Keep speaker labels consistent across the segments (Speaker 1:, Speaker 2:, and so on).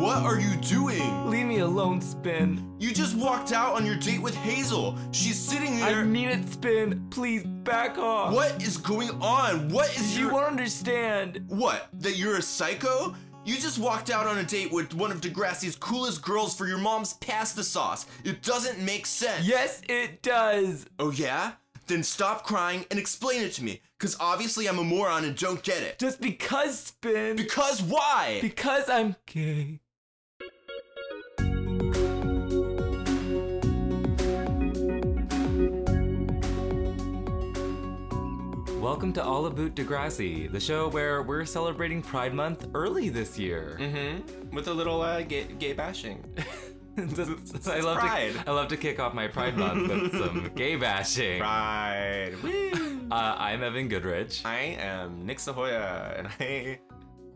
Speaker 1: What are you doing?
Speaker 2: Leave me alone, Spin.
Speaker 1: You just walked out on your date with Hazel. She's sitting
Speaker 2: I
Speaker 1: there.
Speaker 2: mean it, Spin. Please back off.
Speaker 1: what is going on? What is
Speaker 2: You
Speaker 1: your
Speaker 2: won't understand.
Speaker 1: what? That you're a psycho? You just walked out on a date with one of Degrassi's coolest girls for your mom's pasta sauce. It doesn't make sense.
Speaker 2: Yes, it does.
Speaker 1: Oh yeah? Then stop crying and explain it to me. Cause obviously I'm a moron and don't get it.
Speaker 2: Just because, Spin.
Speaker 1: Because why?
Speaker 2: because I'm gay. Welcome to All About Degrassi, the show where we're celebrating Pride Month early this year.
Speaker 3: Mm-hmm. With a little uh, gay, gay bashing.
Speaker 2: I love
Speaker 3: Pride.
Speaker 2: to I love to kick off my Pride Month with some gay bashing. Uh,
Speaker 3: Pride. Woo.
Speaker 2: I'm Evan Goodrich.
Speaker 3: I am Nick Sahoya, and I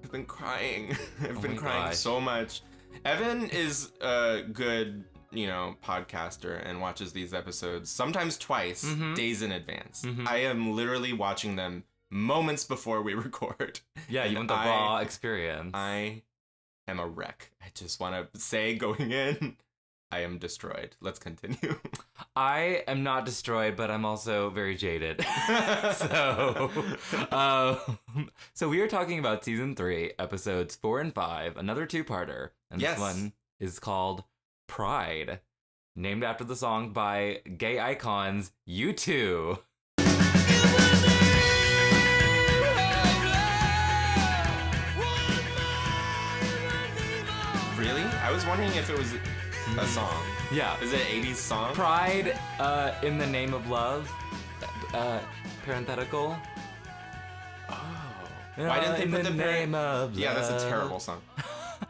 Speaker 3: have been crying. I've
Speaker 2: Oh
Speaker 3: been
Speaker 2: my
Speaker 3: crying
Speaker 2: gosh.
Speaker 3: so much. Evan is a good, you know, podcaster and watches these episodes sometimes twice,
Speaker 2: Mhm.
Speaker 3: days in advance.
Speaker 2: Mhm.
Speaker 3: I am literally watching them moments before we record.
Speaker 2: yeah, you
Speaker 3: and
Speaker 2: want the
Speaker 3: I-
Speaker 2: raw experience.
Speaker 3: I am a wreck. I just want to say going in, I am destroyed. Let's continue.
Speaker 2: I am not destroyed, but I'm also very jaded. so, um, so we are talking about season three, episodes four and five, another two-parter, and
Speaker 3: Yes.
Speaker 2: this one is called Pride, named after the song by gay icons U2.
Speaker 3: Really? I was wondering if it was a song.
Speaker 2: Yeah,
Speaker 3: Is it an 80s song?
Speaker 2: Pride uh, in the name of love. Uh, parenthetical. Uh,
Speaker 3: oh. Why didn't they
Speaker 2: in
Speaker 3: put the,
Speaker 2: the,
Speaker 3: paren-
Speaker 2: name of
Speaker 3: Yeah, that's a
Speaker 2: love.
Speaker 3: terrible song.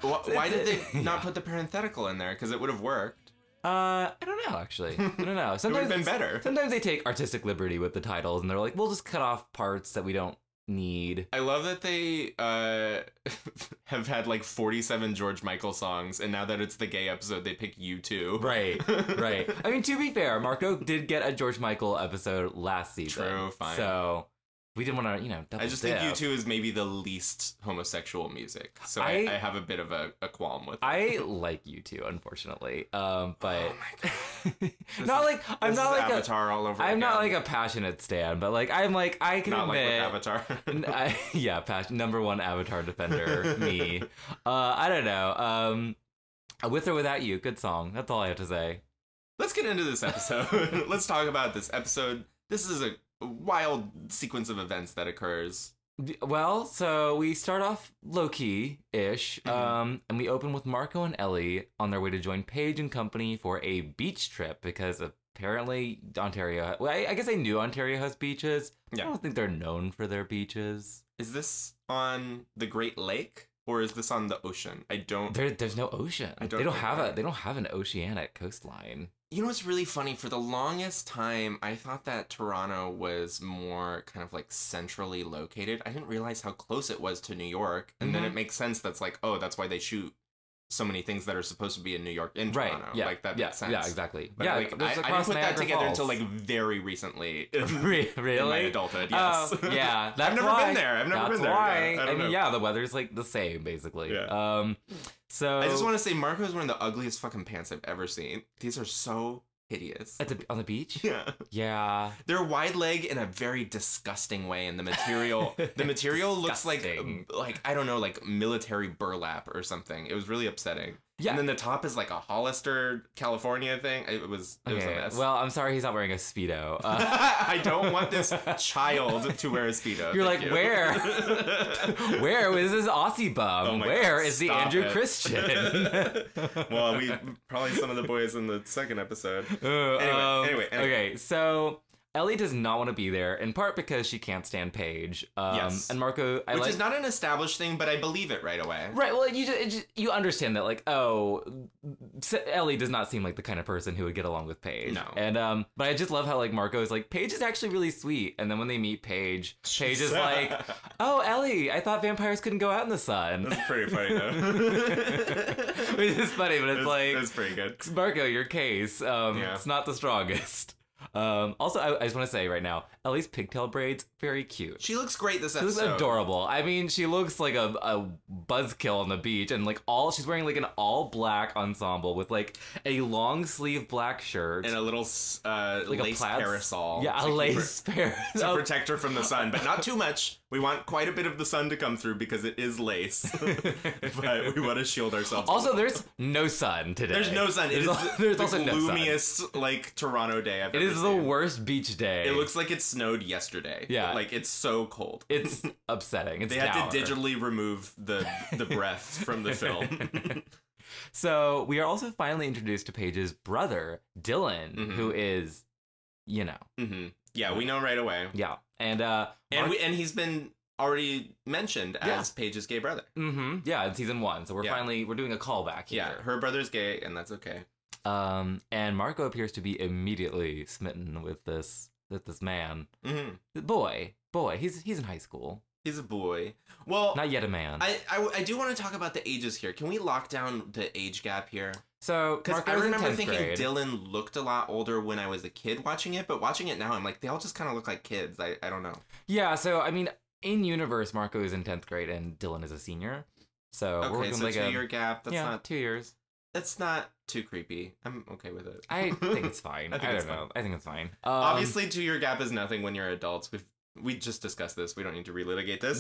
Speaker 3: Why, why did
Speaker 2: It's-
Speaker 3: they not put the parenthetical in there? Because it would have worked.
Speaker 2: Uh, I don't know actually. I don't know.
Speaker 3: It would
Speaker 2: Sometimes
Speaker 3: have been better.
Speaker 2: Sometimes they take artistic liberty with the titles and they're like, we'll just cut off parts that we don't need.
Speaker 3: I love that they uh, have had like 47 George Michael songs, and now that it's the gay episode, they pick you two.
Speaker 2: Right, right. I mean, to be fair, Marco did get a George Michael episode last season.
Speaker 3: True, fine.
Speaker 2: So we didn't want to, you know, double
Speaker 3: I just
Speaker 2: dip.
Speaker 3: think you two is maybe the least homosexual music, so I, I
Speaker 2: I-
Speaker 3: have a bit of a, a qualm with.
Speaker 2: I like you two, unfortunately. Um, but
Speaker 3: Oh my This
Speaker 2: not
Speaker 3: is-
Speaker 2: like I'm
Speaker 3: This
Speaker 2: not
Speaker 3: is
Speaker 2: like a,
Speaker 3: Avatar all over.
Speaker 2: I'm not like
Speaker 3: again.
Speaker 2: a passionate stan, but like I'm like I can
Speaker 3: not like with
Speaker 2: admit
Speaker 3: Avatar.
Speaker 2: N- I, yeah, pas- number one Avatar defender, me. Uh, I don't know. Um, with or without you, good song. That's all I have to say.
Speaker 3: Let's get into this episode. Let's talk about this episode. This is a wild sequence of events that occurs.
Speaker 2: D- Well, so we start off low key ish,
Speaker 3: Mhm.
Speaker 2: um, and we open with Marco and Ellie on their way to join Paige and company for a beach trip because apparently Ontario. Well, I, I guess I knew Ontario has beaches.
Speaker 3: Yeah.
Speaker 2: I don't think they're known for their beaches.
Speaker 3: Is this on the Great Lake or is this on the ocean? I don't.
Speaker 2: There, there's no ocean.
Speaker 3: I don't
Speaker 2: they don't
Speaker 3: think
Speaker 2: have
Speaker 3: they're-
Speaker 2: a. They don't have an oceanic coastline.
Speaker 3: You know what's really funny? For the longest time, I thought that Toronto was more kind of like centrally located. I didn't realize how close it was to New York, and
Speaker 2: Mhm.
Speaker 3: then it makes sense. That's like, oh, that's why they shoot so many things that are supposed to be in New York in
Speaker 2: right.
Speaker 3: Toronto.
Speaker 2: Yeah.
Speaker 3: Like that
Speaker 2: yeah,
Speaker 3: makes sense.
Speaker 2: Yeah, exactly.
Speaker 3: But
Speaker 2: yeah,
Speaker 3: like,
Speaker 2: there's
Speaker 3: I, I didn't
Speaker 2: across
Speaker 3: put that
Speaker 2: Niagara
Speaker 3: together until
Speaker 2: Falls.
Speaker 3: like very recently
Speaker 2: Re- really
Speaker 3: in my adulthood. Yes.
Speaker 2: Oh, yeah, that's
Speaker 3: I've never
Speaker 2: why.
Speaker 3: been there. I've never
Speaker 2: that's
Speaker 3: been there.
Speaker 2: Why.
Speaker 3: Yeah, I don't
Speaker 2: mean,
Speaker 3: know.
Speaker 2: yeah, the weather's like the same basically.
Speaker 3: Yeah.
Speaker 2: Um, so
Speaker 3: I just want to say Marco is wearing the ugliest fucking pants I've ever seen. These are so hideous.
Speaker 2: at the on the beach.
Speaker 3: Yeah.
Speaker 2: Yeah.
Speaker 3: They're wide leg in a very disgusting way and the material the material looks like
Speaker 2: Disgusting.
Speaker 3: like I don't know like military burlap or something. It was really upsetting.
Speaker 2: Yeah.
Speaker 3: And then the top is like a Hollister California thing. It was it was a
Speaker 2: okay.
Speaker 3: mess.
Speaker 2: Well, I'm sorry he's not wearing a speedo. Uh,
Speaker 3: I don't want this child to wear a speedo.
Speaker 2: You're like,
Speaker 3: Thank you.
Speaker 2: where? where is this Aussie
Speaker 3: Oh
Speaker 2: bum?
Speaker 3: my
Speaker 2: Where
Speaker 3: God,
Speaker 2: is the
Speaker 3: stop
Speaker 2: Andrew
Speaker 3: it.
Speaker 2: Christian?
Speaker 3: well, we probably some of the boys in the second episode.
Speaker 2: Oh,
Speaker 3: Anyway,
Speaker 2: um,
Speaker 3: anyway, anyway.
Speaker 2: Okay, so Ellie does not want to be there, in part because she can't stand Paige. Um,
Speaker 3: Yes.
Speaker 2: And Marco, I
Speaker 3: Which
Speaker 2: like.
Speaker 3: is not an established thing, but I believe it right away.
Speaker 2: Right, well, you just, you understand that, like, oh, S- Ellie does not seem like the kind of person who would get along with Paige.
Speaker 3: No.
Speaker 2: and um, but I just love how like Marco is like Paige is actually really sweet, and then when they meet Paige, Paige is like, oh, Ellie, I thought vampires couldn't go out in the sun,
Speaker 3: That's pretty funny though.
Speaker 2: which is funny, but it's, like
Speaker 3: that's pretty good.
Speaker 2: Marco, your case, um,
Speaker 3: Yeah.
Speaker 2: it's not the strongest. Um, also, I, I just want to say right now, Ellie's pigtail braids very cute.
Speaker 3: She looks great this
Speaker 2: She
Speaker 3: episode.
Speaker 2: looks adorable. I mean, she looks like a, a buzzkill on the beach, and like all she's wearing like an all black ensemble with like a long sleeve black shirt,
Speaker 3: And a little s- uh,
Speaker 2: like
Speaker 3: lace
Speaker 2: plaid-
Speaker 3: parasol.
Speaker 2: Yeah,
Speaker 3: to
Speaker 2: a
Speaker 3: keep her-
Speaker 2: lace Oh. parasol.
Speaker 3: to protect her from the sun, but not too much. We want quite a bit of the sun to come through because it is lace. but we want to shield ourselves. a
Speaker 2: Also,
Speaker 3: little.
Speaker 2: there's no sun today.
Speaker 3: there's no sun. It
Speaker 2: There's,
Speaker 3: is
Speaker 2: al-
Speaker 3: the,
Speaker 2: there's
Speaker 3: the
Speaker 2: also no sun.
Speaker 3: gloomiest like Toronto day I've
Speaker 2: It
Speaker 3: ever
Speaker 2: is the
Speaker 3: seen.
Speaker 2: worst beach day.
Speaker 3: It looks like it snowed yesterday.
Speaker 2: Yeah.
Speaker 3: like it's so cold.
Speaker 2: It's upsetting. It's
Speaker 3: they had
Speaker 2: dour.
Speaker 3: to digitally remove the the breath from the film.
Speaker 2: So we are also finally introduced to Paige's brother, Dylan,
Speaker 3: Mhm.
Speaker 2: who is, you know,
Speaker 3: hmm Yeah, we know right away.
Speaker 2: yeah, and uh,
Speaker 3: And we and he's been already mentioned
Speaker 2: Yeah.
Speaker 3: as Paige's gay brother.
Speaker 2: hmm yeah, in season one. So we're
Speaker 3: Mm-hmm. Yeah.
Speaker 2: finally we're doing a callback
Speaker 3: Yeah,
Speaker 2: here.
Speaker 3: her brother's gay, and that's okay.
Speaker 2: Um, and Marco appears to be immediately smitten with this with this man,
Speaker 3: hmm
Speaker 2: boy, boy. He's he's in high school,
Speaker 3: He's a boy. Well,
Speaker 2: not yet a man.
Speaker 3: I, I, I do want to talk about the ages here. Can we lock down the age gap here?
Speaker 2: so
Speaker 3: Because
Speaker 2: Marco
Speaker 3: I
Speaker 2: was in
Speaker 3: remember
Speaker 2: 10th
Speaker 3: thinking
Speaker 2: grade.
Speaker 3: Dylan looked a lot older when I was a kid watching it, but watching it now, I'm like, they all just kind of look like kids. I, I don't know.
Speaker 2: Yeah, so I mean, in universe, Marco is in tenth grade and Dylan is a senior. So we're
Speaker 3: Okay,
Speaker 2: working
Speaker 3: so
Speaker 2: like
Speaker 3: two
Speaker 2: a
Speaker 3: year gap. That's
Speaker 2: yeah,
Speaker 3: not
Speaker 2: two years.
Speaker 3: that's not too creepy. I'm okay with it.
Speaker 2: I think it's fine. I,
Speaker 3: I think it's
Speaker 2: don't know. I think it's fine. Um,
Speaker 3: Obviously, two year gap is nothing when you're adults. We've we just discussed this. We don't need to relitigate this.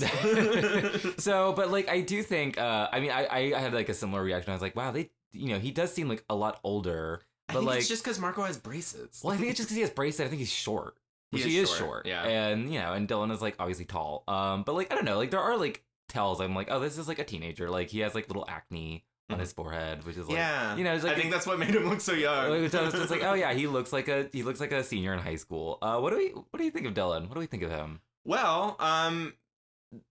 Speaker 2: so, but like, I do think. Uh, I mean, I, I I had like a similar reaction. I was like, wow, they, you know, he does seem like a lot older.
Speaker 3: I
Speaker 2: But
Speaker 3: think
Speaker 2: like,
Speaker 3: it's just because Marco has braces.
Speaker 2: well, I think it's just because he has braces. I think he's short.
Speaker 3: He
Speaker 2: Which
Speaker 3: is
Speaker 2: he is
Speaker 3: short,
Speaker 2: short.
Speaker 3: yeah.
Speaker 2: And you know, and Dylan is like obviously tall. Um, but like I don't know, like there are like tells. I'm like, oh, this is like a teenager. Like he has like little acne on
Speaker 3: Mhm.
Speaker 2: his forehead, which is like
Speaker 3: yeah,
Speaker 2: you know, it's like
Speaker 3: I think
Speaker 2: a-
Speaker 3: that's what made him look so young.
Speaker 2: Like, so it's just like, oh yeah, he looks like a he looks like a senior in high school. Uh, what do we what do you think of Dylan? What do we think of him?
Speaker 3: Well, um,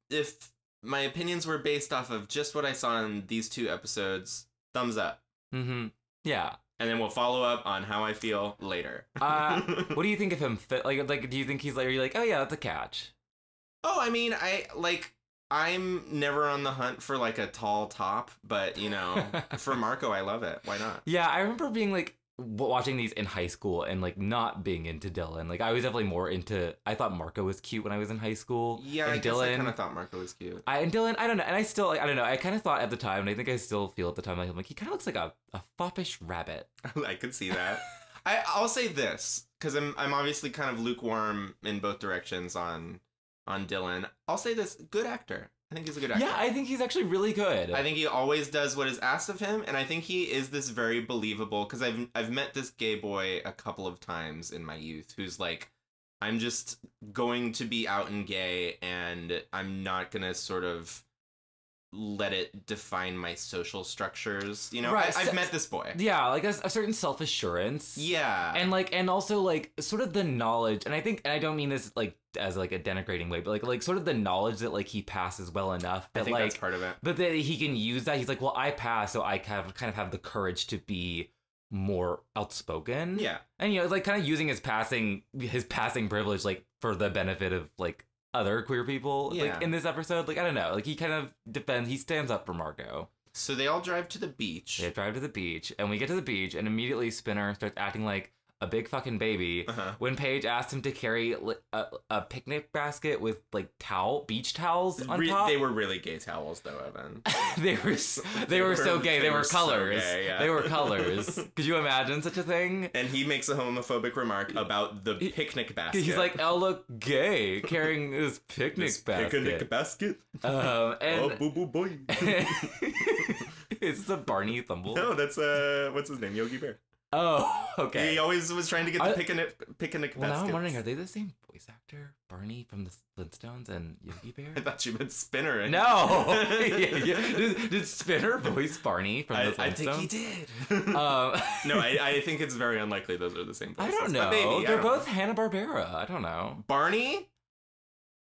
Speaker 3: if my opinions were based off of just what I saw in these two episodes, thumbs up.
Speaker 2: Mm-hmm. Yeah.
Speaker 3: And then we'll follow up on how I feel later.
Speaker 2: Uh, what do you think of him? Fit like like do you think he's like are you like oh yeah that's a catch?
Speaker 3: oh, I mean, I like. I'm never on the hunt for like a tall top, but you know, for Marco, I love it. Why not?
Speaker 2: Yeah, I remember being like w- watching these in high school and like not being into Dylan. Like I was definitely more into I thought Marco was cute when I was in high school.
Speaker 3: Yeah, I
Speaker 2: and
Speaker 3: guess I
Speaker 2: Dylan.
Speaker 3: kind of thought Marco was cute.
Speaker 2: I, and Dylan, I don't know, and I still, like, I don't know, I kind of thought at the time, and I think I still feel at the time, like, I'm like, he kind of looks like a, a foppish rabbit.
Speaker 3: I could see that. I I'll say this because I'm I'm obviously kind of lukewarm in both directions on on Dylan. I'll say this: good actor. I think he's a good actor.
Speaker 2: Yeah, I think he's actually really good.
Speaker 3: I think he always does what is asked of him, and I think he is this very believable. Because I've I've met this gay boy a couple of times in my youth, who's like, I'm just going to be out and gay, and I'm not gonna sort of let it define my social structures. You know,
Speaker 2: Right,
Speaker 3: I,
Speaker 2: so-
Speaker 3: I've met this boy.
Speaker 2: yeah, like a, a certain self assurance.
Speaker 3: Yeah,
Speaker 2: and like and also like sort of the knowledge and i think and i don't mean this like as like a denigrating way but like like sort of the knowledge that like he passes well enough
Speaker 3: I
Speaker 2: that
Speaker 3: think
Speaker 2: like
Speaker 3: that's part of it.
Speaker 2: but that he can use that he's like well i pass so i kind of kind of have the courage to be more outspoken
Speaker 3: Yeah.
Speaker 2: and you know like kind of using his passing his passing privilege like for the benefit of like other queer people
Speaker 3: Yeah.
Speaker 2: like in this episode like i don't know like he kind of defends he stands up for margot
Speaker 3: So they all drive to the beach.
Speaker 2: they drive to the beach and we get to the beach and immediately spinner starts acting like a big fucking baby
Speaker 3: Uh-huh.
Speaker 2: when Paige asked him to carry li- a, a picnic basket with like towel, beach towels on
Speaker 3: Re-
Speaker 2: top.
Speaker 3: they were really gay towels, though, Evan.
Speaker 2: they were s- they were so gay. They, were,
Speaker 3: so
Speaker 2: colors.
Speaker 3: gay, yeah.
Speaker 2: They were colors. Could you imagine such a thing?
Speaker 3: And he makes a homophobic remark about the
Speaker 2: He-
Speaker 3: picnic basket.
Speaker 2: He's like, "I'll look gay carrying this picnic
Speaker 3: This
Speaker 2: basket."
Speaker 3: picnic basket.
Speaker 2: um,
Speaker 3: Oh,
Speaker 2: and
Speaker 3: boo boo boy.
Speaker 2: is this a Barney Thumble?
Speaker 3: no, that's uh, what's his name? Yogi Bear.
Speaker 2: Oh, okay.
Speaker 3: He always was trying to get the
Speaker 2: I-
Speaker 3: picnic picnic
Speaker 2: well, now
Speaker 3: basket.
Speaker 2: I'm wondering, are they the same voice actor, Barney from the Flintstones and Yogi Bear?
Speaker 3: I thought you meant Spinner. and-
Speaker 2: No. Yeah, yeah. Did, did Spinner voice Barney from
Speaker 3: I,
Speaker 2: the Flintstones?
Speaker 3: I think he did. Uh,
Speaker 2: Um,
Speaker 3: no, I, I think it's very unlikely those are the same.
Speaker 2: I
Speaker 3: Voices,
Speaker 2: don't know.
Speaker 3: but maybe, I
Speaker 2: They're
Speaker 3: don't know.
Speaker 2: both Hanna Barbera. I don't know.
Speaker 3: Barney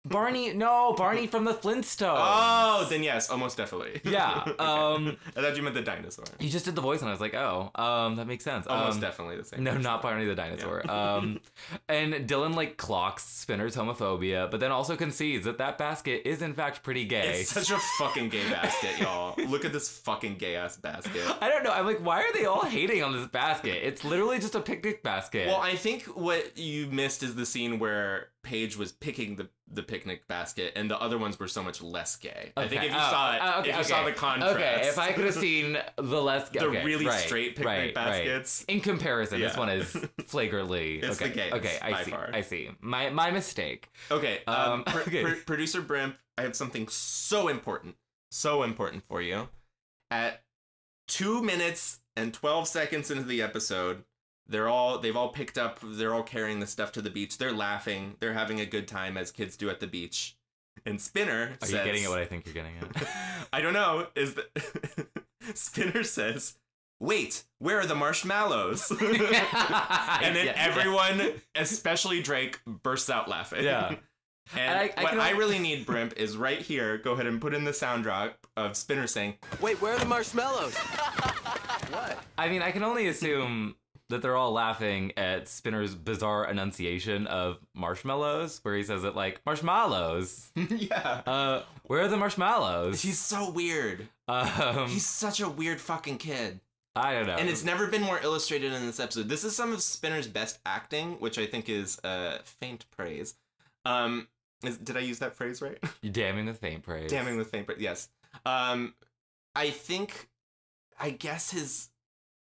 Speaker 2: Barney, no, Barney from the Flintstones.
Speaker 3: Oh, then yes, almost definitely.
Speaker 2: Yeah,
Speaker 3: Okay.
Speaker 2: um,
Speaker 3: I thought you meant the dinosaur.
Speaker 2: you just did the voice, and I was like, oh, um, that makes sense.
Speaker 3: Almost
Speaker 2: um,
Speaker 3: definitely the same.
Speaker 2: No,
Speaker 3: person.
Speaker 2: not Barney the dinosaur. Um, and Dylan like clocks Spinner's homophobia, but then also concedes that that basket is in fact pretty gay.
Speaker 3: It's such a fucking gay basket, y'all. Look at this fucking gay ass basket.
Speaker 2: I don't know. I'm like, why are they all hating on this basket? It's literally just a picnic basket.
Speaker 3: Well, I think what you missed is the scene where Paige was picking the, the picnic basket, and the other ones were so much less gay. I think
Speaker 2: Okay.
Speaker 3: if you
Speaker 2: Oh,
Speaker 3: saw it,
Speaker 2: oh, okay,
Speaker 3: if you
Speaker 2: okay.
Speaker 3: saw the contrast,
Speaker 2: Okay, if I could have seen the less,
Speaker 3: the
Speaker 2: okay,
Speaker 3: really
Speaker 2: right,
Speaker 3: straight picnic
Speaker 2: right, right.
Speaker 3: baskets.
Speaker 2: In comparison, this
Speaker 3: Yeah.
Speaker 2: one is flagrantly
Speaker 3: It's the
Speaker 2: okay.
Speaker 3: gayest,
Speaker 2: okay, I
Speaker 3: by
Speaker 2: see.
Speaker 3: far.
Speaker 2: I see. My my mistake.
Speaker 3: Okay, um,
Speaker 2: Um,
Speaker 3: pr-
Speaker 2: okay.
Speaker 3: pr- producer Brimp, I have something so important, so important for you. At two minutes and twelve seconds into the episode, they're all they've all picked up. They're all carrying the stuff to the beach. They're laughing. They're having a good time as kids do at the beach. And Spinner
Speaker 2: Are
Speaker 3: says,
Speaker 2: you getting at what I think you're getting at?
Speaker 3: I don't know. Is the Spinner says, "Wait, where are the marshmallows?" and then
Speaker 2: Yeah, yeah.
Speaker 3: everyone, especially Drake, bursts out laughing.
Speaker 2: Yeah.
Speaker 3: And,
Speaker 2: And I- I
Speaker 3: what
Speaker 2: can
Speaker 3: I
Speaker 2: al-
Speaker 3: really need, Brimp, is right here. Go ahead and put in the sound drop of Spinner saying,
Speaker 4: Wait, where are the marshmallows?
Speaker 2: I mean, I can only assume that they're all laughing at Spinner's bizarre enunciation of marshmallows, where he says it like marshmallows.
Speaker 3: "Yeah."
Speaker 2: Uh, where are the marshmallows?
Speaker 3: He's so weird.
Speaker 2: um,
Speaker 3: He's such a weird fucking kid.
Speaker 2: I don't know.
Speaker 3: And it's never been more illustrated in this episode. This is some of Spinner's best acting, which I think is uh, faint praise. Um, is, did I use that phrase right?
Speaker 2: damning with faint praise.
Speaker 3: Damning with faint praise. Yes. Um, I think, I guess his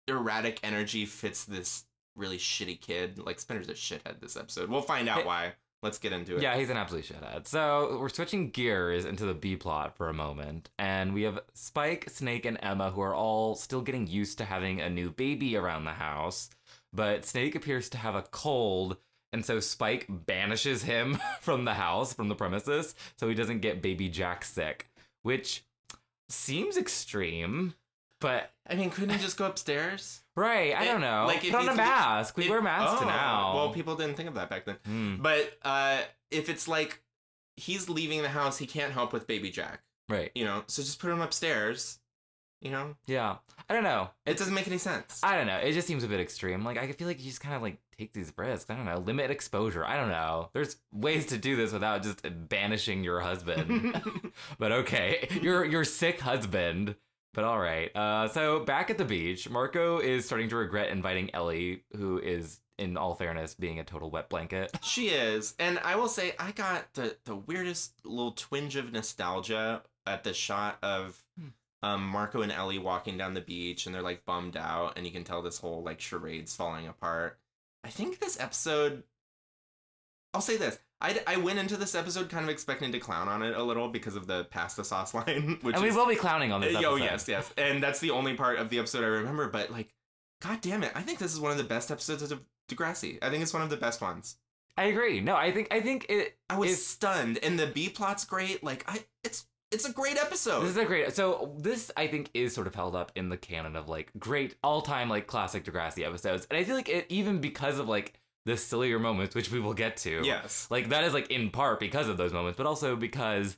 Speaker 3: erratic energy fits this really shitty kid. Like Spinner's a shithead this episode. We'll find out
Speaker 2: Hey-
Speaker 3: why. Let's get into it.
Speaker 2: Yeah, he's an absolute shithead. So we're switching gears into the B plot for a moment, and we have Spike, Snake, and Emma who are all still getting used to having a new baby around the house. But Snake appears to have a cold, and so Spike banishes him from the house, from the premises, so he doesn't get baby Jack sick, which seems extreme. But
Speaker 3: I mean, couldn't he just go upstairs?
Speaker 2: right, I
Speaker 3: It-
Speaker 2: don't know.
Speaker 3: like,
Speaker 2: Like,
Speaker 3: if
Speaker 2: put on a
Speaker 3: it's-
Speaker 2: mask. We
Speaker 3: It-
Speaker 2: wear masks
Speaker 3: Oh,
Speaker 2: now.
Speaker 3: Well, people didn't think of that back then.
Speaker 2: Hmm,
Speaker 3: But uh, if it's like he's leaving the house, he can't help with baby Jack.
Speaker 2: right?
Speaker 3: You know, so just put him upstairs. You know,
Speaker 2: Yeah, I don't know.
Speaker 3: it doesn't make any sense.
Speaker 2: I don't know. It just seems a bit extreme. Like I feel like you just kind of like take these risks. I don't know. Limit exposure. I don't know. There's ways to do this without just banishing your husband. but okay, your your sick husband. But all right. Uh, so back at the beach, Marco is starting to regret inviting Ellie, who is, in all fairness, being a total wet blanket.
Speaker 3: She is. And I will say I got the the weirdest little twinge of nostalgia at the shot of
Speaker 2: Hmm.
Speaker 3: um Marco and Ellie walking down the beach and they're like bummed out and you can tell this whole like charade's falling apart. I think this episode I'll say this. I, d- I went into this episode kind of expecting to clown on it a little because of the pasta sauce line, which
Speaker 2: and we
Speaker 3: is
Speaker 2: will be clowning on this.
Speaker 3: Oh
Speaker 2: episode.
Speaker 3: yes, yes, and that's the only part of the episode I remember. But like, god damn it, I think this is one of the best episodes of Degrassi. I think it's one of the best ones.
Speaker 2: I agree. No, I think I think it.
Speaker 3: I was
Speaker 2: It's-
Speaker 3: stunned, and the B plot's great. Like, I it's it's a great episode.
Speaker 2: This is a great. So this I think is sort of held up in the canon of like great all time like classic Degrassi episodes, and I feel like it even because of like the sillier moments, which we will get to.
Speaker 3: yes,
Speaker 2: Like that is like in part because of those moments, but also because,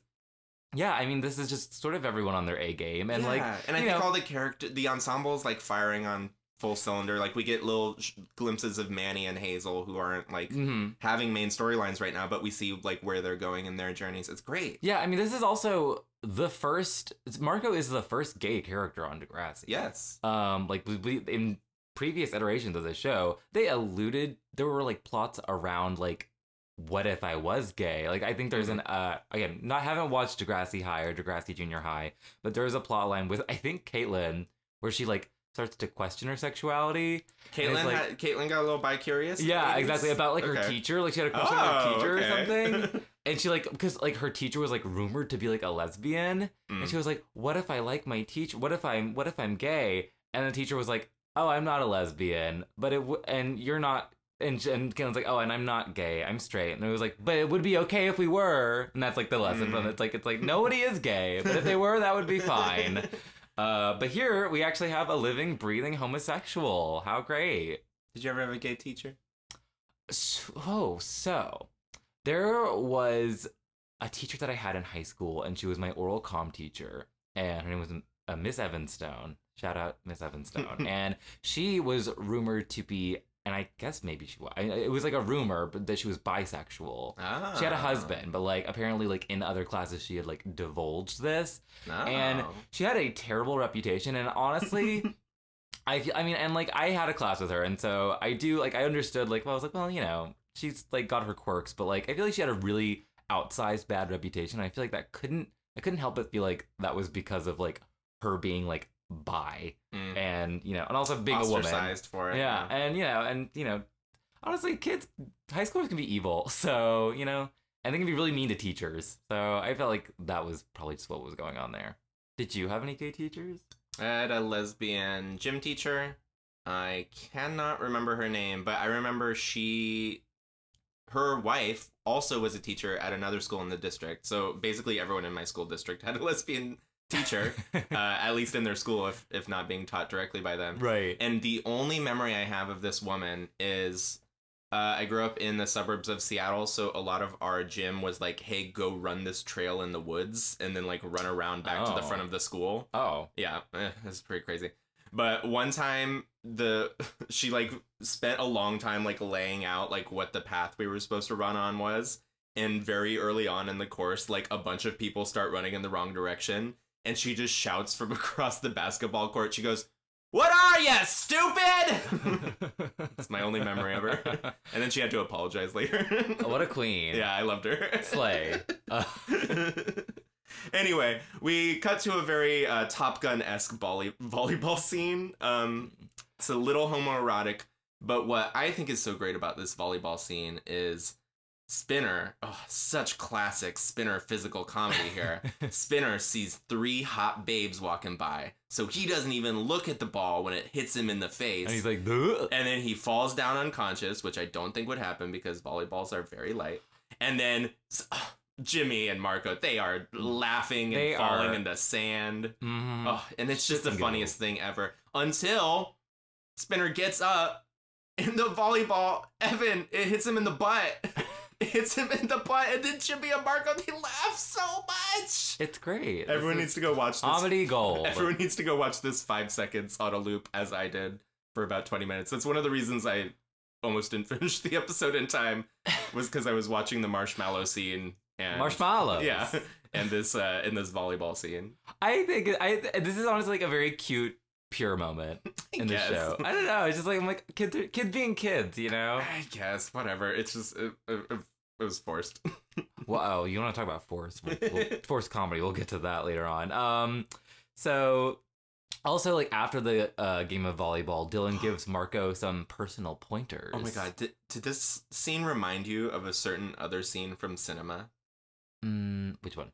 Speaker 2: yeah, I mean this is just sort of everyone on their A game, and like
Speaker 3: Yeah, and I
Speaker 2: you
Speaker 3: think
Speaker 2: know-
Speaker 3: all the character, the ensemble's like firing on full cylinder. Like, we get little sh- glimpses of Manny and Hazel who aren't like
Speaker 2: mhm.
Speaker 3: having main storylines right now, but we see like where they're going in their journeys. It's great.
Speaker 2: yeah, I mean this is also the first Marco is the first gay character on Degrassi.
Speaker 3: Yes.
Speaker 2: um like we, we, in previous iterations of the show they alluded there were like plots around like what if i was gay like i think there's an uh again not haven't watched degrassi high or degrassi junior high but there's a plot line with i think caitlin where she like starts to question her sexuality
Speaker 3: Caitlyn
Speaker 2: like-
Speaker 3: had, Caitlyn got a little bi curious.
Speaker 2: yeah exactly about like her
Speaker 3: Okay. Oh,
Speaker 2: teacher like she had a question about her teacher or something and she like because like her teacher was like rumored to be like a lesbian
Speaker 3: Mm.
Speaker 2: and she was like what if i like my teacher what if i'm what if i'm gay and the teacher was like oh i'm not a lesbian but it w- and you're not and sh- and Caitlin's like oh and i'm not gay i'm straight and it was like but it would be okay if we were and that's like the lesson from
Speaker 3: Mm.
Speaker 2: it. it's like it's like nobody is gay but if they were that would be fine uh but here we actually have a living breathing homosexual how great
Speaker 3: Did you ever have a gay teacher?
Speaker 2: so, oh, so there was a teacher that I had in high school, and she was my oral com teacher, and her name was uh, Miss Evanstone. Shout out Miss Evanstone, and she was rumored to be, and I guess maybe she was. I- It was like a rumor but that she was bisexual.
Speaker 3: Ah.
Speaker 2: She had a husband, but like apparently, like in other classes, she had like divulged this, and
Speaker 3: Oh.
Speaker 2: she had a terrible reputation and honestly i feel i mean and like i had a class with her and so i do like i understood like well, i was like well you know she's like got her quirks but like i feel like she had a really outsized bad reputation i feel like that couldn't i couldn't help but feel like that was because of like her being like bi
Speaker 3: Mm.
Speaker 2: and you know and also being a woman
Speaker 3: ostracized for it.
Speaker 2: yeah and you know and you know honestly kids high schoolers can be evil so you know and they can be really mean to teachers so i felt like that was probably just what was going on there did you have any gay teachers
Speaker 3: I had a lesbian gym teacher. I cannot remember her name, but I remember she, her wife, also was a teacher at another school in the district. So basically, everyone in my school district had a lesbian teacher, uh, at least in their school, if if not being taught directly by them.
Speaker 2: right
Speaker 3: And the only memory I have of this woman is uh, I grew up in the suburbs of Seattle, so a lot of our gym was like, hey, go run this trail in the woods and then like run around back to the
Speaker 2: Oh.
Speaker 3: front of the school.
Speaker 2: oh
Speaker 3: Yeah, eh, that's pretty crazy. But one time the she like spent a long time like laying out like what the path we were supposed to run on was. And very early on in the course, like a bunch of people start running in the wrong direction, and she just shouts from across the basketball court. She goes, "What are you, stupid?"
Speaker 2: it's
Speaker 3: my only memory of her. and then she had to apologize later.
Speaker 2: Oh, what a queen
Speaker 3: yeah, I loved her.
Speaker 2: slay Uh,
Speaker 3: anyway, we cut to a very uh, Top Gun esque volley- volleyball scene. Um, it's a little homoerotic, but what I think is so great about this volleyball scene is Spinner. Oh, such classic Spinner physical comedy here. Spinner sees three hot babes walking by, so he doesn't even look at the ball when it hits him in the face.
Speaker 2: and he's like "Ugh."
Speaker 3: And then he falls down unconscious, which I don't think would happen because volleyballs are very light. And then s- ugh, Jimmy and Marco, they are laughing and
Speaker 2: They
Speaker 3: falling
Speaker 2: are-
Speaker 3: in the sand.
Speaker 2: Mhm.
Speaker 3: Ugh, and Mm. it's just the
Speaker 2: Unbelievable.
Speaker 3: funniest thing ever. Until Spinner gets up and the volleyball, Evan, it hits him in the butt. It hits him in the butt. And then Jimmy and Marco, they laugh so much.
Speaker 2: it's great
Speaker 3: Everyone
Speaker 2: This
Speaker 3: needs
Speaker 2: is
Speaker 3: to go watch this
Speaker 2: comedy gold
Speaker 3: Everyone needs to go watch this five seconds on a loop as I did for about 20 minutes. That's one of the reasons I almost didn't finish the episode in time was because I was watching the marshmallow scene and
Speaker 2: marshmallows
Speaker 3: Yeah. And this uh in this volleyball scene.
Speaker 2: I think I this is honestly like a very cute pure moment in the
Speaker 3: guess.
Speaker 2: show. I don't know. It's just like I'm like kids, are- kids being kids, you know.
Speaker 3: I guess whatever. It's just it, it, it was forced.
Speaker 2: Wow, oh, you want to talk about force we'll, we'll- force comedy? We'll get to that later on. Um, so also like after the uh, game of volleyball, Dylan gives Marco some personal pointers.
Speaker 3: Oh my god, did, did this scene remind you of a certain other scene from cinema?
Speaker 2: Mm, which one?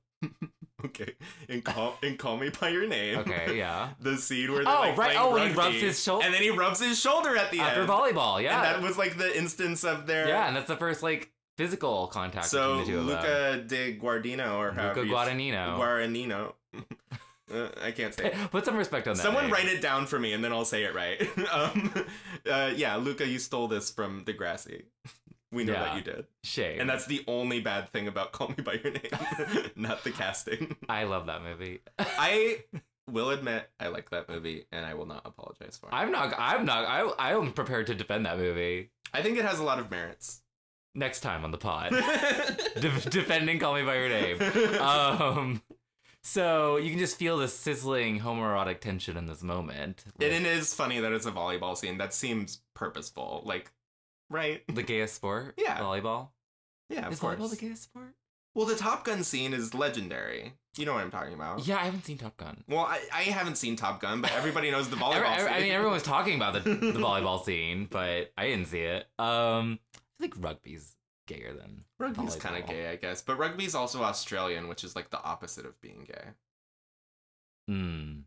Speaker 3: Okay. And call and call me by your name.
Speaker 2: Okay, yeah.
Speaker 3: The scene where they're
Speaker 2: Oh,
Speaker 3: like
Speaker 2: right.
Speaker 3: playing
Speaker 2: Oh, when he
Speaker 3: rugby,
Speaker 2: rubs his shoul-
Speaker 3: and then he rubs his shoulder at the
Speaker 2: after
Speaker 3: end.
Speaker 2: volleyball, yeah,
Speaker 3: And that was like the instance of their.
Speaker 2: yeah, and that's the first like physical contact
Speaker 3: So
Speaker 2: between the two of them.
Speaker 3: Luca de Guardino or however
Speaker 2: Luca
Speaker 3: you-
Speaker 2: Guadagnino.
Speaker 3: Guaranino. Uh, I can't say. it.
Speaker 2: Put some respect on that.
Speaker 3: Someone
Speaker 2: name.
Speaker 3: write it down for me, and then I'll say it right. um, uh, yeah, Luca, you stole this from Degrassi. We know
Speaker 2: Yeah.
Speaker 3: that you did,
Speaker 2: Shame.
Speaker 3: and that's the only bad thing about Call Me by Your Name, not the casting.
Speaker 2: I love that movie.
Speaker 3: I will admit I like that movie, and I will not apologize for it.
Speaker 2: I'm not. I'm not. I I am prepared to defend that movie
Speaker 3: I think it has a lot of merits.
Speaker 2: next time on the pod. De- defending Call Me by Your Name. Um, so you can just feel the sizzling homoerotic tension in this moment.
Speaker 3: It,
Speaker 2: Like,
Speaker 3: it is funny that it's a volleyball scene. That seems purposeful. Like, right?
Speaker 2: the gayest sport.
Speaker 3: Yeah.
Speaker 2: volleyball.
Speaker 3: Yeah, of
Speaker 2: Is
Speaker 3: course.
Speaker 2: volleyball the gayest sport?
Speaker 3: well, the Top Gun scene is legendary. You know what I'm talking about.
Speaker 2: Yeah, I haven't seen Top Gun.
Speaker 3: Well, I, I haven't seen Top Gun, but everybody knows the volleyball
Speaker 2: Every-
Speaker 3: scene.
Speaker 2: every- I mean, everyone was talking about the, the volleyball scene, but I didn't see it. Um, I think rugby's gayer than
Speaker 3: Rugby's kind of
Speaker 2: volleyball.
Speaker 3: gay, I guess. But rugby's also Australian, which is like the opposite of being gay.
Speaker 2: Mm.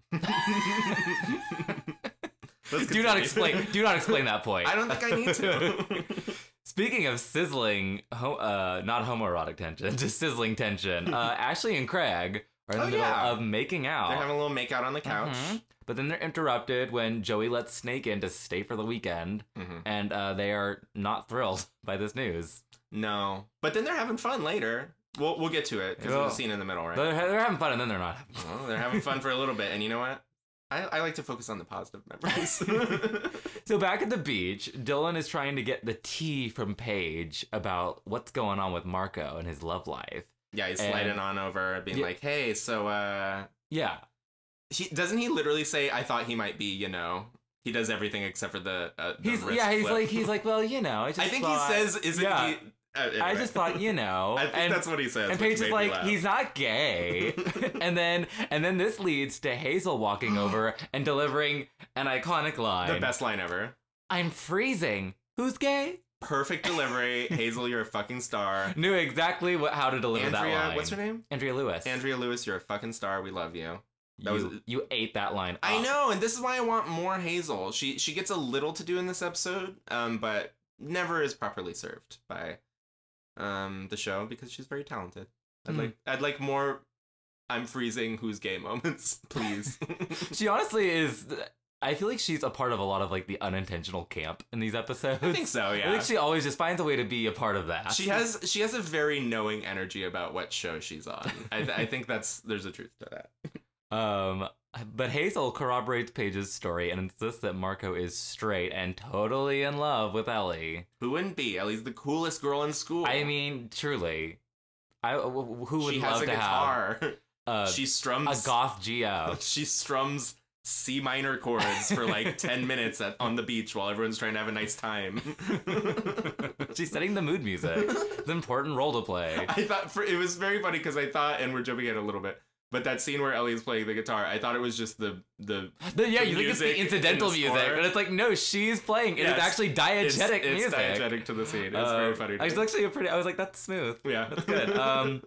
Speaker 3: Let's
Speaker 2: do
Speaker 3: continue.
Speaker 2: not explain. Do not explain that point.
Speaker 3: I don't think I need to.
Speaker 2: Speaking of sizzling, ho- uh, not homoerotic tension, just sizzling tension. Uh, Ashley and Craig are in
Speaker 3: Oh,
Speaker 2: the middle
Speaker 3: yeah.
Speaker 2: of making
Speaker 3: They're
Speaker 2: out,
Speaker 3: having a little makeout on the couch.
Speaker 2: Mhm. but then they're interrupted when Joey lets Snake in to stay for the weekend,
Speaker 3: Mhm.
Speaker 2: and uh, they are not thrilled by this news.
Speaker 3: No, but then they're having fun later. We'll, we'll get to it because
Speaker 2: Yeah.
Speaker 3: there's a scene in the middle, right?
Speaker 2: They're, they're having fun and then they're not having fun.
Speaker 3: Well, they're having fun for a little bit, and you know what? I, I like to focus on the positive memories.
Speaker 2: So back at the beach, Dylan is trying to get the tea from Paige about what's going on with Marco and his love life.
Speaker 3: yeah, he's
Speaker 2: And-
Speaker 3: sliding on over, being
Speaker 2: Yeah.
Speaker 3: like, "Hey, so uh,
Speaker 2: Yeah.
Speaker 3: he doesn't he literally say, I thought he might be, you know." He does everything except for the, uh, the
Speaker 2: He's
Speaker 3: wrist
Speaker 2: yeah, he's
Speaker 3: flip.
Speaker 2: like he's like, well, you know, I just
Speaker 3: I think
Speaker 2: thought-
Speaker 3: he says, "Isn't
Speaker 2: yeah.
Speaker 3: he?" Uh,
Speaker 2: I
Speaker 3: anyway.
Speaker 2: just thought, you know.
Speaker 3: I think
Speaker 2: and,
Speaker 3: that's what he says.
Speaker 2: and
Speaker 3: which
Speaker 2: Paige is
Speaker 3: made me
Speaker 2: like,
Speaker 3: laugh.
Speaker 2: he's not gay. and then and then this leads to Hazel walking over and delivering an iconic line.
Speaker 3: the best line ever.
Speaker 2: I'm freezing. Who's gay?
Speaker 3: Perfect delivery, Hazel. You're a fucking star.
Speaker 2: Knew exactly what how to deliver
Speaker 3: Andrea,
Speaker 2: that line.
Speaker 3: what's her name?
Speaker 2: Andrea Lewis.
Speaker 3: Andrea Lewis. You're a fucking star. We love you. that
Speaker 2: you, Um,
Speaker 3: was-
Speaker 2: you ate that line.
Speaker 3: I
Speaker 2: up.
Speaker 3: know, and this is why I want more Hazel. She she gets a little to do in this episode, um, but never is properly served by um the show because she's very talented. I'd
Speaker 2: Hmm.
Speaker 3: like I'd like more I'm freezing who's gay moments, please.
Speaker 2: She honestly is. I feel like she's a part of a lot of like the unintentional camp in these episodes.
Speaker 3: I think so,
Speaker 2: I
Speaker 3: yeah.
Speaker 2: think she always just finds a way to be a part of that.
Speaker 3: she has she has a very knowing energy about what show she's on. I, th- I think that's there's a truth to that.
Speaker 2: Um, but Hazel corroborates Paige's story and insists that Marco is straight and totally in love with Ellie.
Speaker 3: Who wouldn't be? Ellie's the coolest girl in school.
Speaker 2: I mean, truly, I w- w- who would
Speaker 3: she
Speaker 2: love
Speaker 3: has a
Speaker 2: to
Speaker 3: guitar.
Speaker 2: have a,
Speaker 3: she strums
Speaker 2: a goth geo?
Speaker 3: she strums C minor chords for like 10 minutes at, on the beach while everyone's trying to have a nice time.
Speaker 2: She's setting the mood music. It's an important role to play.
Speaker 3: I thought for, it was very funny because I thought, and we're jumping in a little bit, but that scene where Ellie's playing the guitar, I thought it was just the the
Speaker 2: The- yeah, you think
Speaker 3: music
Speaker 2: it's the
Speaker 3: in the
Speaker 2: incidental music,
Speaker 3: score.
Speaker 2: but it's like no, she's playing. It is
Speaker 3: Yes.
Speaker 2: actually
Speaker 3: it's,
Speaker 2: diegetic
Speaker 3: it's
Speaker 2: music.
Speaker 3: diegetic to the scene. It's very
Speaker 2: Um,
Speaker 3: funny.
Speaker 2: I was actually a pretty. I was like, that's smooth.
Speaker 3: yeah,
Speaker 2: That's good. Um,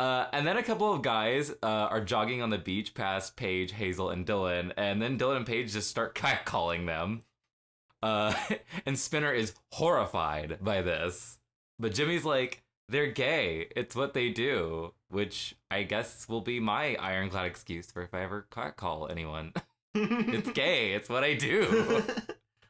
Speaker 2: uh, and then a couple of guys uh, are jogging on the beach past Paige, Hazel, and Dylan, and then Dylan and Paige just start catcalling them. Uh, and Spinner is horrified by this, but Jimmy's like, "They're gay. It's what they do," which I guess will be my ironclad excuse for if I ever catcall anyone. it's gay. It's what I do.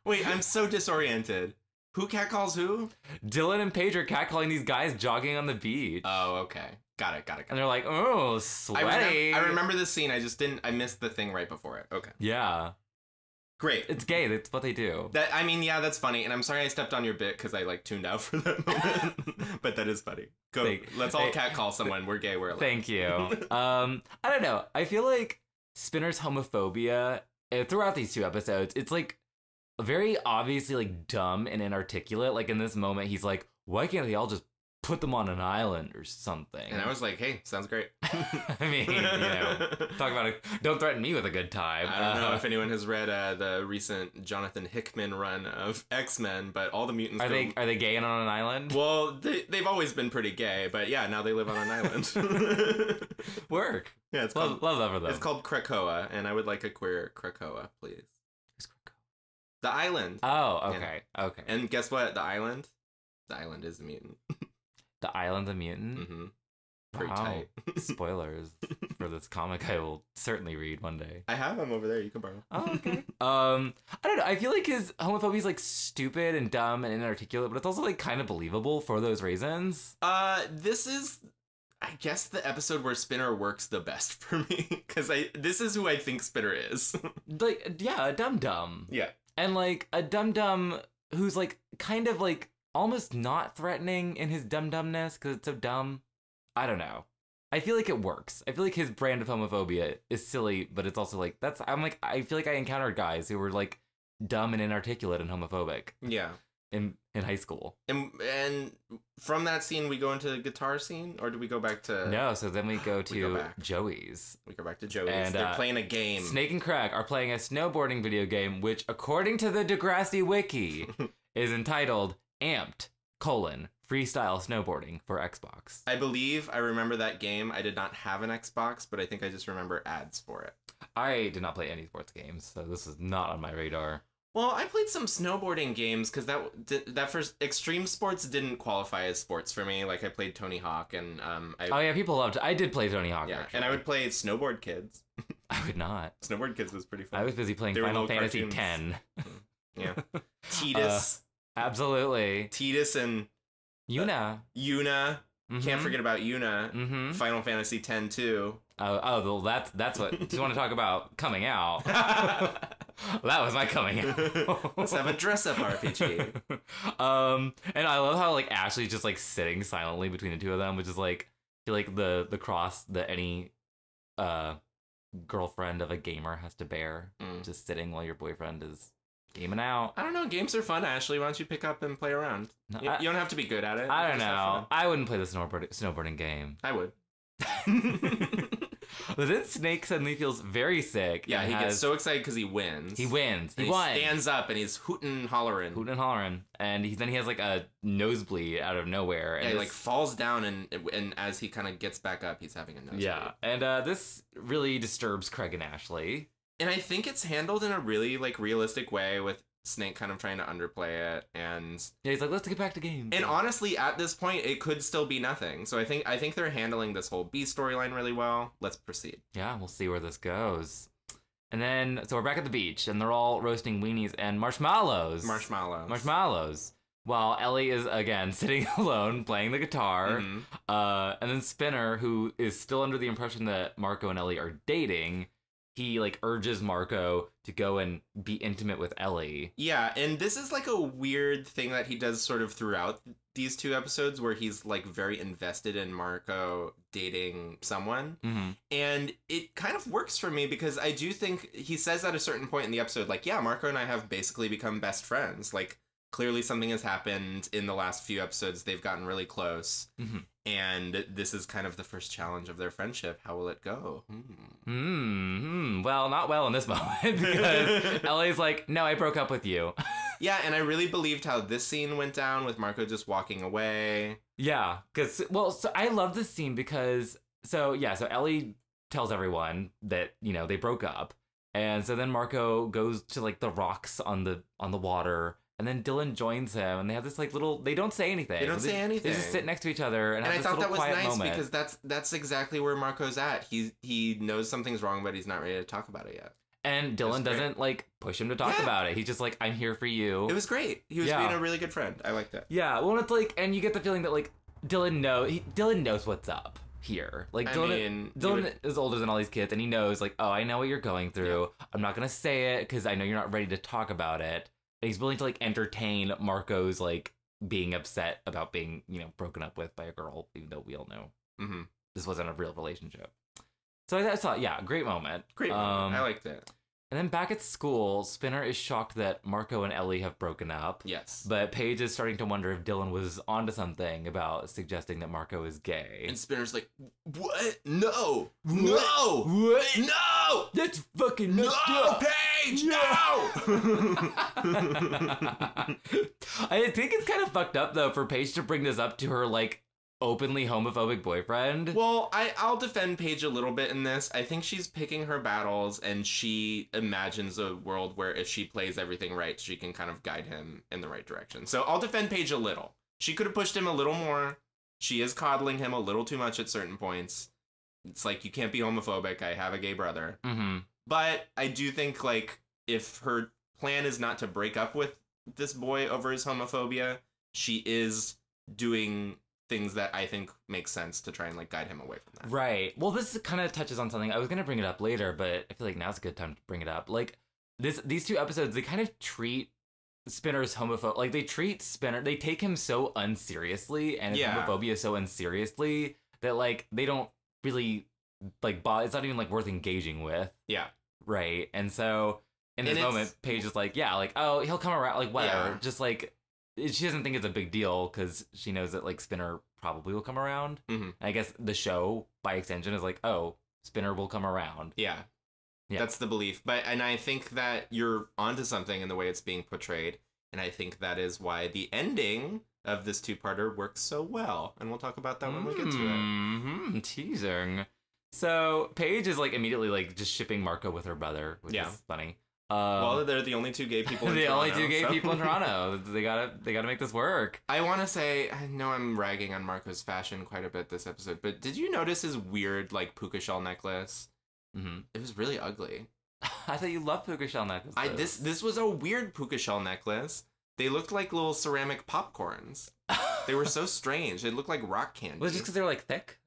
Speaker 3: Wait, I'm so disoriented. Who catcalls who?
Speaker 2: Dylan and Paige are catcalling these guys jogging on the beach.
Speaker 3: Oh, okay. Got it, got it, got it.
Speaker 2: and they're like, "Oh,
Speaker 3: I
Speaker 2: sweaty."
Speaker 3: remember, I remember this scene. I just didn't. I missed the thing right before it. Okay,
Speaker 2: Yeah,
Speaker 3: great.
Speaker 2: it's gay. That's what they do.
Speaker 3: That I mean, yeah, that's funny, and I'm sorry I stepped on your bit because I like tuned out for that moment. but that is funny. Go.
Speaker 2: Thank-
Speaker 3: let's all
Speaker 2: thank-
Speaker 3: cat call someone. We're gay. We're alive.
Speaker 2: Thank you. um, I don't know. I feel like Spinner's homophobia uh, throughout these two episodes, it's like very obviously like dumb and inarticulate. Like in this moment, he's like, "Why can't they all just put them on an island or something?"
Speaker 3: And I was like, hey, sounds great.
Speaker 2: I mean, you know, talk about it. Don't threaten me with a good time.
Speaker 3: I don't know
Speaker 2: Uh,
Speaker 3: if anyone has read uh, the recent Jonathan Hickman run of X Men, but all the mutants
Speaker 2: are
Speaker 3: go-
Speaker 2: they are they gay and on an island?
Speaker 3: Well, they, they've always been pretty gay, but yeah, now they live on an island.
Speaker 2: Work.
Speaker 3: yeah, it's
Speaker 2: Love
Speaker 3: called,
Speaker 2: love that for them.
Speaker 3: it's called Krakoa, and I would like a queer Krakoa, please. The island.
Speaker 2: Oh, okay, okay.
Speaker 3: And guess what? The island? The island is a mutant.
Speaker 2: the island's a mutant.
Speaker 3: Mm-hmm. Pretty
Speaker 2: Wow.
Speaker 3: tight.
Speaker 2: spoilers for this comic I will certainly read one day.
Speaker 3: I have him over there. You can borrow.
Speaker 2: Oh, okay. um, I don't know. I feel like his homophobia is like stupid and dumb and inarticulate, but it's also like kind of believable for those reasons.
Speaker 3: Uh, this is, I guess, the episode where Spinner works the best for me because I this is who I think Spinner is.
Speaker 2: Like, yeah, a dumb dumb.
Speaker 3: Yeah.
Speaker 2: And like a dumb dumb who's like kind of like almost not threatening in his dumb dumbness because it's so dumb. I don't know. I feel like it works. I feel like his brand of homophobia is silly, but it's also like that's. I'm like I feel like I encountered guys who were like dumb and inarticulate and homophobic.
Speaker 3: yeah.
Speaker 2: in in high school.
Speaker 3: And and from that scene we go into the guitar scene, or do we go back to
Speaker 2: No, so then we go to
Speaker 3: Uh, we go back.
Speaker 2: Joey's.
Speaker 3: We go back to Joey's.
Speaker 2: And,
Speaker 3: They're
Speaker 2: uh,
Speaker 3: playing a game.
Speaker 2: Snake and Crack are playing a snowboarding video game, which, according to the Degrassi wiki, is entitled "Amped: colon Freestyle Snowboarding for Xbox."
Speaker 3: I believe I remember that game. I did not have an Xbox, but I think I just remember ads for it.
Speaker 2: I did not play any sports games, so this is not on my radar.
Speaker 3: Well, I played some snowboarding games because that di- that first extreme sports didn't qualify as sports for me. Like I played Tony Hawk and um, I
Speaker 2: Oh yeah, people loved. I did play Tony Hawk.
Speaker 3: yeah,
Speaker 2: actually.
Speaker 3: and I would play Snowboard Kids.
Speaker 2: I would not.
Speaker 3: Snowboard Kids was pretty fun.
Speaker 2: I was Uh. busy playing
Speaker 3: They were
Speaker 2: Final
Speaker 3: little
Speaker 2: Fantasy
Speaker 3: cartoons.
Speaker 2: X.
Speaker 3: yeah, Titus,
Speaker 2: Absolutely,
Speaker 3: Titus, and
Speaker 2: Yuna.
Speaker 3: Yuna. Uh, Can't forget about Yuna.
Speaker 2: Mm-hmm.
Speaker 3: Final Fantasy X too.
Speaker 2: Oh, oh, well, that's that's what. Do you want to talk about coming out? that was my coming out.
Speaker 3: Let's have a dress up RPG.
Speaker 2: um, and I love how like Ashley's just like sitting silently between the two of them, which is like I feel like the the cross that any uh girlfriend of a gamer has to bear,
Speaker 3: Mm.
Speaker 2: just sitting while your boyfriend is gaming out.
Speaker 3: I don't know. Games are fun, Ashley. Why don't you pick up and play around?
Speaker 2: No,
Speaker 3: You,
Speaker 2: I,
Speaker 3: you don't have to be good at it.
Speaker 2: I don't
Speaker 3: Just have
Speaker 2: know.
Speaker 3: fun.
Speaker 2: I wouldn't play the snowboard snowboarding game.
Speaker 3: I would.
Speaker 2: but then Snake suddenly feels very sick.
Speaker 3: Yeah,
Speaker 2: and
Speaker 3: he gets
Speaker 2: has-
Speaker 3: so excited because he wins.
Speaker 2: he wins.
Speaker 3: And he
Speaker 2: He won.
Speaker 3: stands up and he's hooting, hollering.
Speaker 2: hooting and hollering, and he, then he has like a nosebleed out of nowhere.
Speaker 3: Yeah,
Speaker 2: And
Speaker 3: he
Speaker 2: this-
Speaker 3: like falls down and and as he kind of gets back up, he's having a nosebleed.
Speaker 2: yeah, and uh, this really disturbs Craig and Ashley.
Speaker 3: and I think it's handled in a really like realistic way with Snake kind of trying to underplay it and
Speaker 2: Yeah, he's like, let's get back to games.
Speaker 3: and honestly at this point it could still be nothing. So I think I think they're handling this whole B storyline really well. Let's proceed.
Speaker 2: yeah, we'll see where this goes. And then, so we're back at the beach, and they're all roasting weenies and marshmallows.
Speaker 3: Marshmallows.
Speaker 2: Marshmallows. While Ellie is again sitting alone playing the guitar,
Speaker 3: Mhm.
Speaker 2: uh, and then Spinner, who is still under the impression that Marco and Ellie are dating, he like urges Marco to go and be intimate with Ellie.
Speaker 3: Yeah, and this is like a weird thing that he does sort of throughout these two episodes where he's like very invested in Marco dating someone.
Speaker 2: Mm-hmm.
Speaker 3: and it kind of works for me because I do think he says at a certain point in the episode, like, yeah, Marco and I have basically become best friends. Like, clearly something has happened in the last few episodes. They've gotten really close,
Speaker 2: Mhm.
Speaker 3: and this is kind of the first challenge of their friendship. How will it go? Hmm.
Speaker 2: Mm-hmm. Well, not well in this moment because Ellie's like, no, I broke up with you.
Speaker 3: Yeah, and I really believed how this scene went down with Marco just walking away.
Speaker 2: Yeah, because well, so I love this scene because so yeah, so Ellie tells everyone that you know they broke up, and so then Marco goes to like the rocks on the on the water, and then Dylan joins him, and they have this like little. They don't say anything.
Speaker 3: They don't say anything.
Speaker 2: They just sit next to each other, and,
Speaker 3: and I
Speaker 2: have this
Speaker 3: thought
Speaker 2: little
Speaker 3: that was
Speaker 2: quiet
Speaker 3: nice
Speaker 2: moment.
Speaker 3: because that's that's exactly where Marco's at. He he knows something's wrong, but he's not ready to talk about it yet.
Speaker 2: and Dylan
Speaker 3: was great.
Speaker 2: doesn't like push him to talk
Speaker 3: Yeah.
Speaker 2: about it. He's just like, I'm here for you.
Speaker 3: It was great. He was
Speaker 2: Yeah.
Speaker 3: being a really good friend. I liked it.
Speaker 2: yeah, well, it's like, and you get the feeling that like Dylan know he, Dylan knows what's up here. Like
Speaker 3: I
Speaker 2: Dylan.
Speaker 3: mean, you
Speaker 2: Dylan
Speaker 3: would-
Speaker 2: is older than all these kids, and he knows, like, oh, I know what you're going through. I'm not gonna say it because I know you're not ready to talk about it. And he's willing to like entertain Marco's like being upset about being, you know, broken up with by a girl, even though we all know
Speaker 3: Mhm.
Speaker 2: this wasn't a real relationship. So I I saw, yeah, great moment.
Speaker 3: Great. moment. I
Speaker 2: Um,
Speaker 3: liked it.
Speaker 2: And then back at school, Spinner is shocked that Marco and Ellie have broken up.
Speaker 3: Yes.
Speaker 2: But Paige is starting to wonder if Dylan was onto something about suggesting that Marco is gay.
Speaker 3: and Spinner's like, what? No.
Speaker 2: What?
Speaker 3: No.
Speaker 2: what?
Speaker 3: No.
Speaker 2: That's fucking
Speaker 3: No,
Speaker 2: messed up.
Speaker 3: Paige. No.
Speaker 2: I think it's kind of fucked up though for Paige to bring this up to her like openly homophobic boyfriend.
Speaker 3: well, I I'll defend Paige a little bit in this. I think she's picking her battles, and she imagines a world where if she plays everything right, she can kind of guide him in the right direction. So I'll defend Paige a little. She could have pushed him a little more. She is coddling him a little too much at certain points. It's like you can't be homophobic. I have a gay brother.
Speaker 2: mm-hmm.
Speaker 3: But I do think like if her plan is not to break up with this boy over his homophobia, she is doing things that I think make sense to try and like guide him away from that.
Speaker 2: Right. Well, this kind of touches on something I was gonna bring it up later, but I feel like now's a good time to bring it up. Like this, these two episodes, they kind of treat Spinner's homophobe like they treat Spinner. They take him so unseriously, and his
Speaker 3: Yeah.
Speaker 2: homophobia so unseriously that like they don't really like. Bo- it's not even like worth engaging with.
Speaker 3: Yeah.
Speaker 2: Right. And so in
Speaker 3: And
Speaker 2: this
Speaker 3: it's-
Speaker 2: moment, Paige is like, yeah, like oh, he'll come around, like whatever.
Speaker 3: Yeah.
Speaker 2: Just like it- she doesn't think it's a big deal because she knows that like Spinner probably will come around.
Speaker 3: Mhm.
Speaker 2: I guess the show, by extension, is like, oh, Spinner will come around.
Speaker 3: Yeah.
Speaker 2: Yeah.
Speaker 3: That's the belief. But and I think that you're onto something in the way it's being portrayed. And I think that is why the ending of this two parter works so well. And we'll talk about that when we get to it.
Speaker 2: Mhm, Teasing. So Paige is like immediately like just shipping Marco with her brother, which
Speaker 3: Yeah.
Speaker 2: is funny. Um,
Speaker 3: well, they're the only two gay people in
Speaker 2: the only
Speaker 3: Toronto,
Speaker 2: two gay
Speaker 3: so-
Speaker 2: people in Toronto. They gotta they gotta make this work.
Speaker 3: I want to say, I know I'm ragging on Marco's fashion quite a bit this episode, but did you notice his weird, like, puka shell necklace?
Speaker 2: hmm
Speaker 3: It was really ugly.
Speaker 2: I thought you loved puka shell necklaces.
Speaker 3: I this this was a weird puka shell necklace. They looked like little ceramic popcorns. They were so strange. They looked like rock candy.
Speaker 2: Was it just because they're like thick?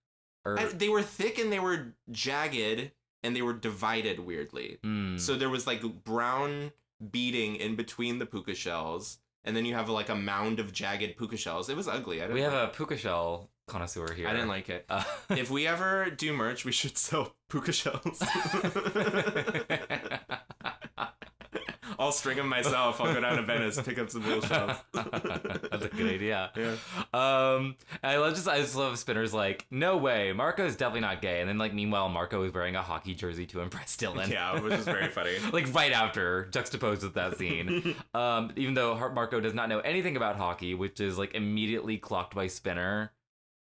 Speaker 2: Or
Speaker 3: I- they were thick and they were jagged and they were divided weirdly.
Speaker 2: Mm.
Speaker 3: So there was like brown beading in between the puka shells, and then you have like a mound of jagged puka shells. It was ugly. I didn't.
Speaker 2: we have
Speaker 3: like
Speaker 2: a puka shell connoisseur here.
Speaker 3: I didn't like it.
Speaker 2: Uh,
Speaker 3: if we ever do merch, we should sell puka shells. I'll string them myself. I'll go down to Venice, pick up some little shells.
Speaker 2: That's a good idea.
Speaker 3: Yeah.
Speaker 2: Um, I love just I just love Spinner's like, no way, Marco is definitely not gay, and then like meanwhile Marco is wearing a hockey jersey to impress Dylan.
Speaker 3: Yeah, which is very funny.
Speaker 2: like right after juxtaposed with that scene. um, even though Har- Marco does not know anything about hockey, which is like immediately clocked by Spinner,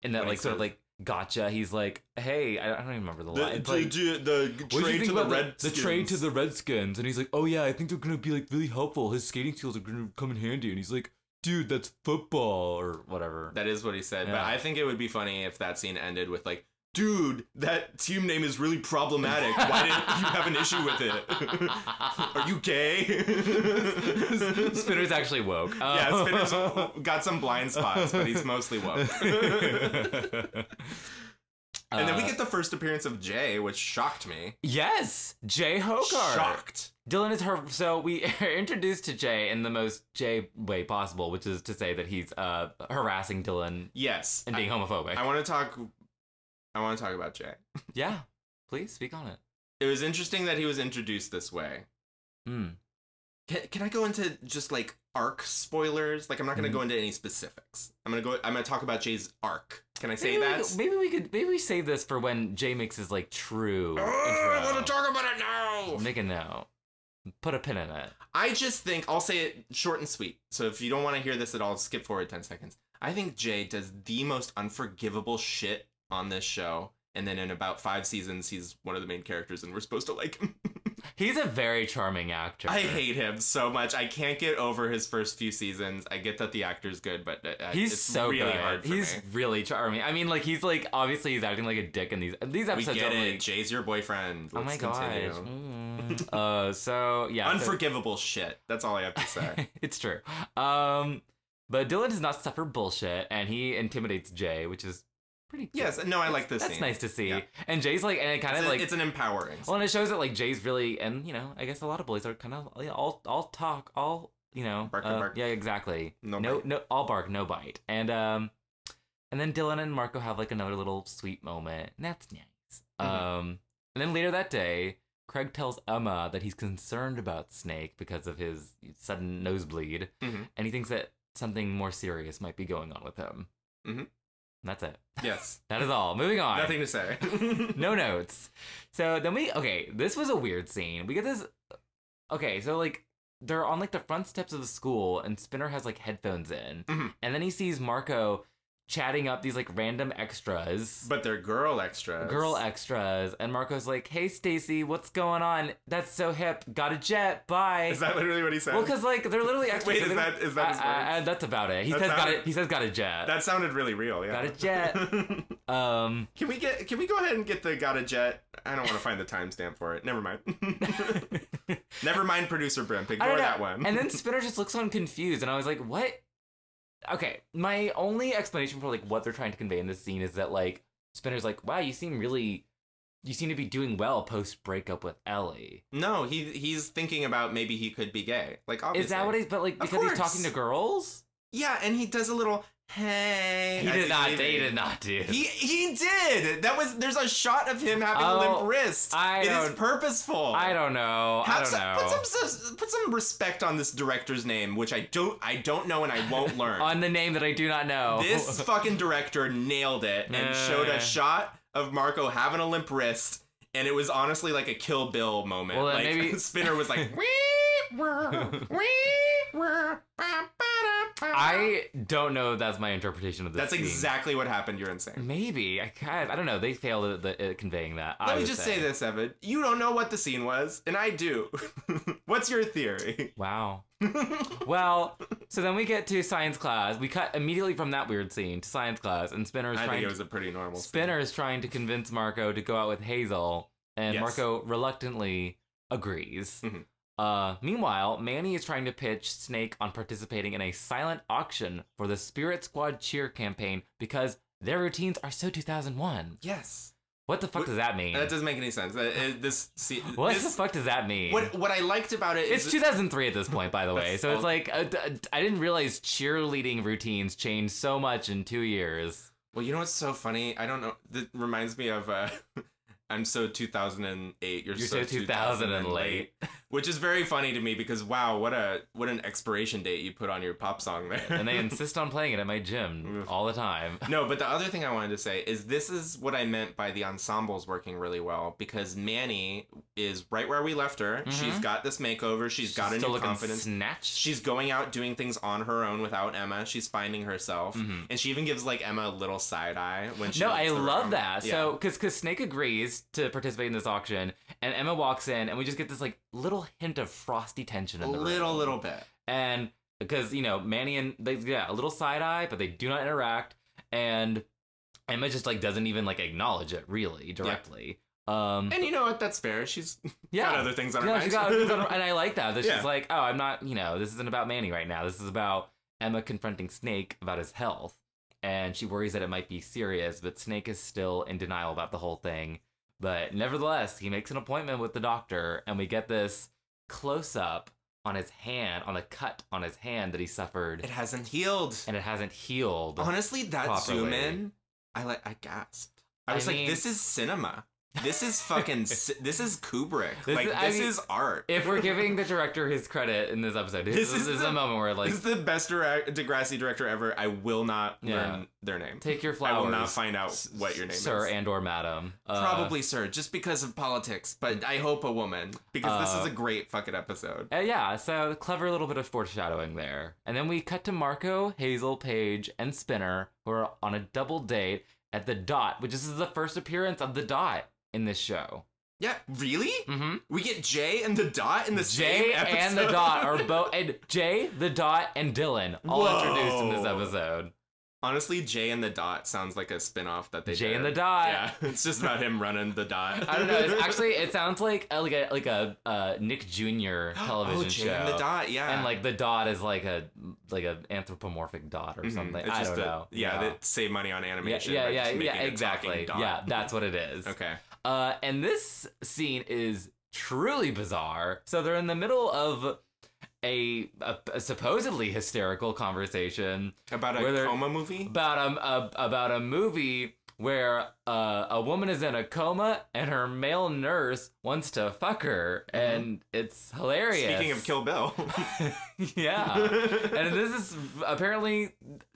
Speaker 2: in that
Speaker 3: When he
Speaker 2: like sort of
Speaker 3: says-
Speaker 2: like gotcha. He's like, hey, I don't, I don't even remember the, line. It's like,
Speaker 3: the,
Speaker 2: "What do you think about the trade to the Redskins, and he's like, "Oh yeah, I think they're gonna be like really helpful. His skating skills are gonna come in handy." And he's like, "Dude, that's football or whatever."
Speaker 3: That is what he said. But
Speaker 2: Yeah.
Speaker 3: I think it would be funny if that scene ended with like, dude, that team name is really problematic. Why did you have an issue with it? Are you gay?
Speaker 2: Spinner's actually woke.
Speaker 3: Yeah,
Speaker 2: Um,
Speaker 3: Spinner's got some blind spots, but he's mostly woke. and then we
Speaker 2: Uh,
Speaker 3: get the first appearance of Jay, which shocked me.
Speaker 2: yes, Jay Hokar.
Speaker 3: Shocked.
Speaker 2: Dylan is her. So we are introduced to Jay in the most Jay way possible, which is to say that he's uh, harassing Dylan
Speaker 3: Yes.
Speaker 2: and being homophobic.
Speaker 3: I want to talk. I want to talk about Jay.
Speaker 2: yeah, please speak on it.
Speaker 3: It was interesting that he was introduced this way.
Speaker 2: Mm.
Speaker 3: Can, can I go into just like arc spoilers? Like I'm not gonna
Speaker 2: Mhm.
Speaker 3: go into any specifics. I'm gonna go. I'm gonna talk about Jay's arc. Can I say
Speaker 2: maybe
Speaker 3: that?
Speaker 2: We, maybe we could. Maybe we save this for when Jay makes his like true.
Speaker 3: Ugh,
Speaker 2: intro.
Speaker 3: talk about it now.
Speaker 2: Make a note. Put a pin in it.
Speaker 3: I just think I'll say it short and sweet. So if you don't want to hear this at all, skip forward ten seconds. I think Jay does the most unforgivable shit on this show, and then in about five seasons, he's one of the main characters, and we're supposed to like him.
Speaker 2: He's a very charming actor.
Speaker 3: I hate him so much. I can't get over his first few seasons. I get that the actor's good, but uh,
Speaker 2: He's
Speaker 3: it's
Speaker 2: so
Speaker 3: really
Speaker 2: good.
Speaker 3: hard for
Speaker 2: he's
Speaker 3: me.
Speaker 2: really charming. I mean, like he's like obviously he's acting like a dick in these these
Speaker 3: We
Speaker 2: episodes.
Speaker 3: get
Speaker 2: are,
Speaker 3: it.
Speaker 2: like-
Speaker 3: Jay's your boyfriend. Let's
Speaker 2: oh my
Speaker 3: continue.
Speaker 2: gosh. Mm. uh, so yeah, so-
Speaker 3: Unforgivable shit. That's all I have to say.
Speaker 2: it's true. Um, but Dylan does not suffer bullshit, and he intimidates Jay, which is pretty. Cute.
Speaker 3: yes. No, I like this.
Speaker 2: that's
Speaker 3: scene.
Speaker 2: nice to see.
Speaker 3: Yeah.
Speaker 2: And Jay's like, and it kind
Speaker 3: It's,
Speaker 2: of
Speaker 3: a-
Speaker 2: like.
Speaker 3: it's an empowering.
Speaker 2: well, and it shows that like Jay's really, and you know, I guess a lot of boys are kind of yeah, all all talk, all you know,
Speaker 3: Bark and
Speaker 2: uh,
Speaker 3: bark.
Speaker 2: yeah, exactly.
Speaker 3: No
Speaker 2: no,
Speaker 3: bite.
Speaker 2: no, all bark, no bite, and um, and then Dylan and Marco have like another little sweet moment, and that's nice.
Speaker 3: Mhm.
Speaker 2: Um, and then later that day, Craig tells Emma that he's concerned about Snake because of his sudden nosebleed,
Speaker 3: Mhm.
Speaker 2: and he thinks that something more serious might be going on with him.
Speaker 3: Mhm.
Speaker 2: And That's it.
Speaker 3: yes.
Speaker 2: That is all. Moving on
Speaker 3: Nothing to say.
Speaker 2: no notes. So then we okay, this was a weird scene. We get this okay, so like they're on like the front steps of the school and Spinner has like headphones in.
Speaker 3: Mhm.
Speaker 2: And then he sees Marco chatting up these like random extras.
Speaker 3: But they're girl extras.
Speaker 2: Girl extras and Marco's like, "Hey Stacy, what's going on? That's so hip. Got a jet. Bye."
Speaker 3: Is that literally what he said?
Speaker 2: well, because like they're literally extras.
Speaker 3: Wait,
Speaker 2: so
Speaker 3: is
Speaker 2: they don't-
Speaker 3: that- is that his
Speaker 2: I- I-
Speaker 3: words?
Speaker 2: I- that's about it. He
Speaker 3: That's
Speaker 2: says
Speaker 3: not-
Speaker 2: got it. He says got a jet.
Speaker 3: that sounded really real. Yeah.
Speaker 2: got a jet. um,
Speaker 3: can we get? Can we go ahead and get the got a jet? I don't want to find the timestamp for it. Never mind. Never mind, producer Brimp.
Speaker 2: I
Speaker 3: Ignore
Speaker 2: don't know.
Speaker 3: that one.
Speaker 2: and then Spinner just looks on confused, and I was like, "What?" Okay, my only explanation for like what they're trying to convey in this scene is that like Spinner's like, "Wow, you seem really, you seem to be doing well post breakup with Ellie."
Speaker 3: no, he he's thinking about maybe he could be gay. Like, obviously.
Speaker 2: Is that what he's? But like because
Speaker 3: course.
Speaker 2: he's talking to girls,
Speaker 3: Yeah, and he does a little hey.
Speaker 2: he
Speaker 3: as
Speaker 2: did
Speaker 3: he's
Speaker 2: not.
Speaker 3: leaving.
Speaker 2: He did not do.
Speaker 3: He he did. That was there's a shot of him having a
Speaker 2: Oh,
Speaker 3: limp wrist.
Speaker 2: I
Speaker 3: It is
Speaker 2: don't-
Speaker 3: purposeful.
Speaker 2: I don't know. I
Speaker 3: Have
Speaker 2: don't
Speaker 3: some-
Speaker 2: know.
Speaker 3: Put some sus- put some respect on this director's name, which I don't I don't know and I won't learn.
Speaker 2: On the name that I do not know.
Speaker 3: This fucking director nailed it and
Speaker 2: Yeah.
Speaker 3: showed a shot of Marco having a limp wrist, and it was honestly like a Kill Bill moment.
Speaker 2: Well, then
Speaker 3: like
Speaker 2: maybe-
Speaker 3: Spinner was like, wee, wah, wee, wah, ba, ba, da, ba."
Speaker 2: I don't know. if That's my interpretation of this.
Speaker 3: That's
Speaker 2: scene.
Speaker 3: exactly what happened. You're insane.
Speaker 2: Maybe I guess I don't know. They failed at, the, at conveying that. I
Speaker 3: Let me
Speaker 2: would
Speaker 3: just say this, Evan. You don't know what the scene was, and I do. What's your theory?
Speaker 2: Wow. well, so then we get to science class. We cut immediately from that weird scene to science class, and Spinner is
Speaker 3: I think
Speaker 2: trying.
Speaker 3: it was a pretty normal scene.
Speaker 2: Spinner is trying to convince Marco to go out with Hazel, and
Speaker 3: Yes.
Speaker 2: Marco reluctantly agrees.
Speaker 3: Mhm.
Speaker 2: Uh, meanwhile, Manny is trying to pitch Snake on participating in a silent auction for the Spirit Squad cheer campaign because their routines are so 2001.
Speaker 3: Yes.
Speaker 2: What the fuck
Speaker 3: What-
Speaker 2: does that mean?
Speaker 3: That doesn't make any sense. Uh, uh, this see,
Speaker 2: what the
Speaker 3: this-
Speaker 2: fuck does that mean?
Speaker 3: what what I liked about it is
Speaker 2: it's 2003 at this point, by the way.
Speaker 3: That's
Speaker 2: So it's
Speaker 3: all-
Speaker 2: like uh, d- d- I didn't realize cheerleading routines changed so much in two years.
Speaker 3: Well, you know what's so funny? I don't know. That reminds me of uh, I'm so 2008. You're,
Speaker 2: You're so 2000 and late.
Speaker 3: which is very funny to me because wow, what a what an expiration date you put on your pop song there.
Speaker 2: and they insist on playing it at my gym
Speaker 3: Oof.
Speaker 2: all the time.
Speaker 3: no, but the other thing I wanted to say is this is what I meant by the ensembles working really well because Manny is right where we left her. She's
Speaker 2: Mhm.
Speaker 3: got this makeover. she's got a
Speaker 2: still
Speaker 3: new
Speaker 2: looking
Speaker 3: confidence.
Speaker 2: snatched.
Speaker 3: She's going out doing things on her own without Emma. She's finding herself.
Speaker 2: Mhm.
Speaker 3: And she even gives like Emma a little side eye when she
Speaker 2: no,
Speaker 3: leaves
Speaker 2: I
Speaker 3: the
Speaker 2: love
Speaker 3: room.
Speaker 2: that.
Speaker 3: Yeah.
Speaker 2: So, because because Snake agrees to participate in this auction, and Emma walks in, and we just get this like little hint of frosty tension
Speaker 3: a
Speaker 2: in the
Speaker 3: little
Speaker 2: room.
Speaker 3: little bit.
Speaker 2: and because you know Manny and they yeah a little side eye, but they do not interact, and Emma just like doesn't even like acknowledge it really directly. Um,
Speaker 3: And you know what? That's fair. She's
Speaker 2: yeah,
Speaker 3: got other things on her
Speaker 2: Yeah,
Speaker 3: mind.
Speaker 2: she got other things on her- and I like that. That
Speaker 3: Yeah.
Speaker 2: she's like, oh, I'm not, you know, this isn't about Manny right now. This is about Emma confronting Snake about his health. And she worries that it might be serious, but Snake is still in denial about the whole thing. But nevertheless, he makes an appointment with the doctor, and we get this close up on his hand, on a cut on his hand that he suffered,
Speaker 3: it hasn't healed.
Speaker 2: and it hasn't healed.
Speaker 3: Honestly, that zoom
Speaker 2: properly.
Speaker 3: in, I like. I gasped. I
Speaker 2: I
Speaker 3: was like,
Speaker 2: mean-
Speaker 3: this is cinema. This is fucking. ci- this is Kubrick.
Speaker 2: This
Speaker 3: like
Speaker 2: is- I
Speaker 3: this
Speaker 2: mean-
Speaker 3: is art.
Speaker 2: if we're giving the director his credit in this episode, this,
Speaker 3: This
Speaker 2: is,
Speaker 3: is
Speaker 2: this is
Speaker 3: the-
Speaker 2: a moment where like
Speaker 3: this is the best direct- Degrassi director ever. I will not
Speaker 2: Yeah.
Speaker 3: learn their name.
Speaker 2: take your flowers.
Speaker 3: I will not find out what your name
Speaker 2: sir
Speaker 3: is.
Speaker 2: and or madam. Uh,
Speaker 3: Probably sir, just because of politics. But I hope a woman, because this
Speaker 2: Uh,
Speaker 3: is a great fucking episode.
Speaker 2: Uh, yeah, so clever little bit of foreshadowing there. And then we cut to Marco, Hazel, Paige, and Spinner, who are on a double date at the Dot, which is the first appearance of the Dot in this show.
Speaker 3: Yeah, really?
Speaker 2: Mm-hmm.
Speaker 3: We get Jay and the Dot in the same
Speaker 2: Jay
Speaker 3: episode.
Speaker 2: and the Dot are both, and Jay, the Dot, and Dylan all
Speaker 3: Whoa.
Speaker 2: introduced in this episode.
Speaker 3: Honestly, Jay and the Dot sounds like a spin-off that they
Speaker 2: Jay
Speaker 3: did.
Speaker 2: and the Dot.
Speaker 3: Yeah, it's just about him running the dot.
Speaker 2: I don't know. It's actually, it sounds like a, like a like a uh, Nick Jr. television
Speaker 3: oh, Jay
Speaker 2: show,
Speaker 3: and the Dot, yeah.
Speaker 2: and like the dot is like a like an anthropomorphic dot or
Speaker 3: Mhm.
Speaker 2: something.
Speaker 3: It's
Speaker 2: I
Speaker 3: just
Speaker 2: don't
Speaker 3: a-
Speaker 2: know.
Speaker 3: Yeah, they save money on animation.
Speaker 2: Yeah,
Speaker 3: by
Speaker 2: yeah,
Speaker 3: just
Speaker 2: yeah,
Speaker 3: making
Speaker 2: yeah
Speaker 3: a
Speaker 2: exactly.
Speaker 3: talking dot.
Speaker 2: Yeah, that's what it is.
Speaker 3: Okay.
Speaker 2: Uh, and this scene is truly bizarre. So they're in the middle of a, a, a supposedly hysterical conversation
Speaker 3: About a
Speaker 2: Were there-
Speaker 3: coma movie?
Speaker 2: about um, a about a movie where uh, a woman is in a coma and her male nurse wants to fuck her, and it's hilarious.
Speaker 3: Mm-hmm.
Speaker 2: Uh,
Speaker 3: Speaking of Kill Bill.
Speaker 2: yeah. And this is apparently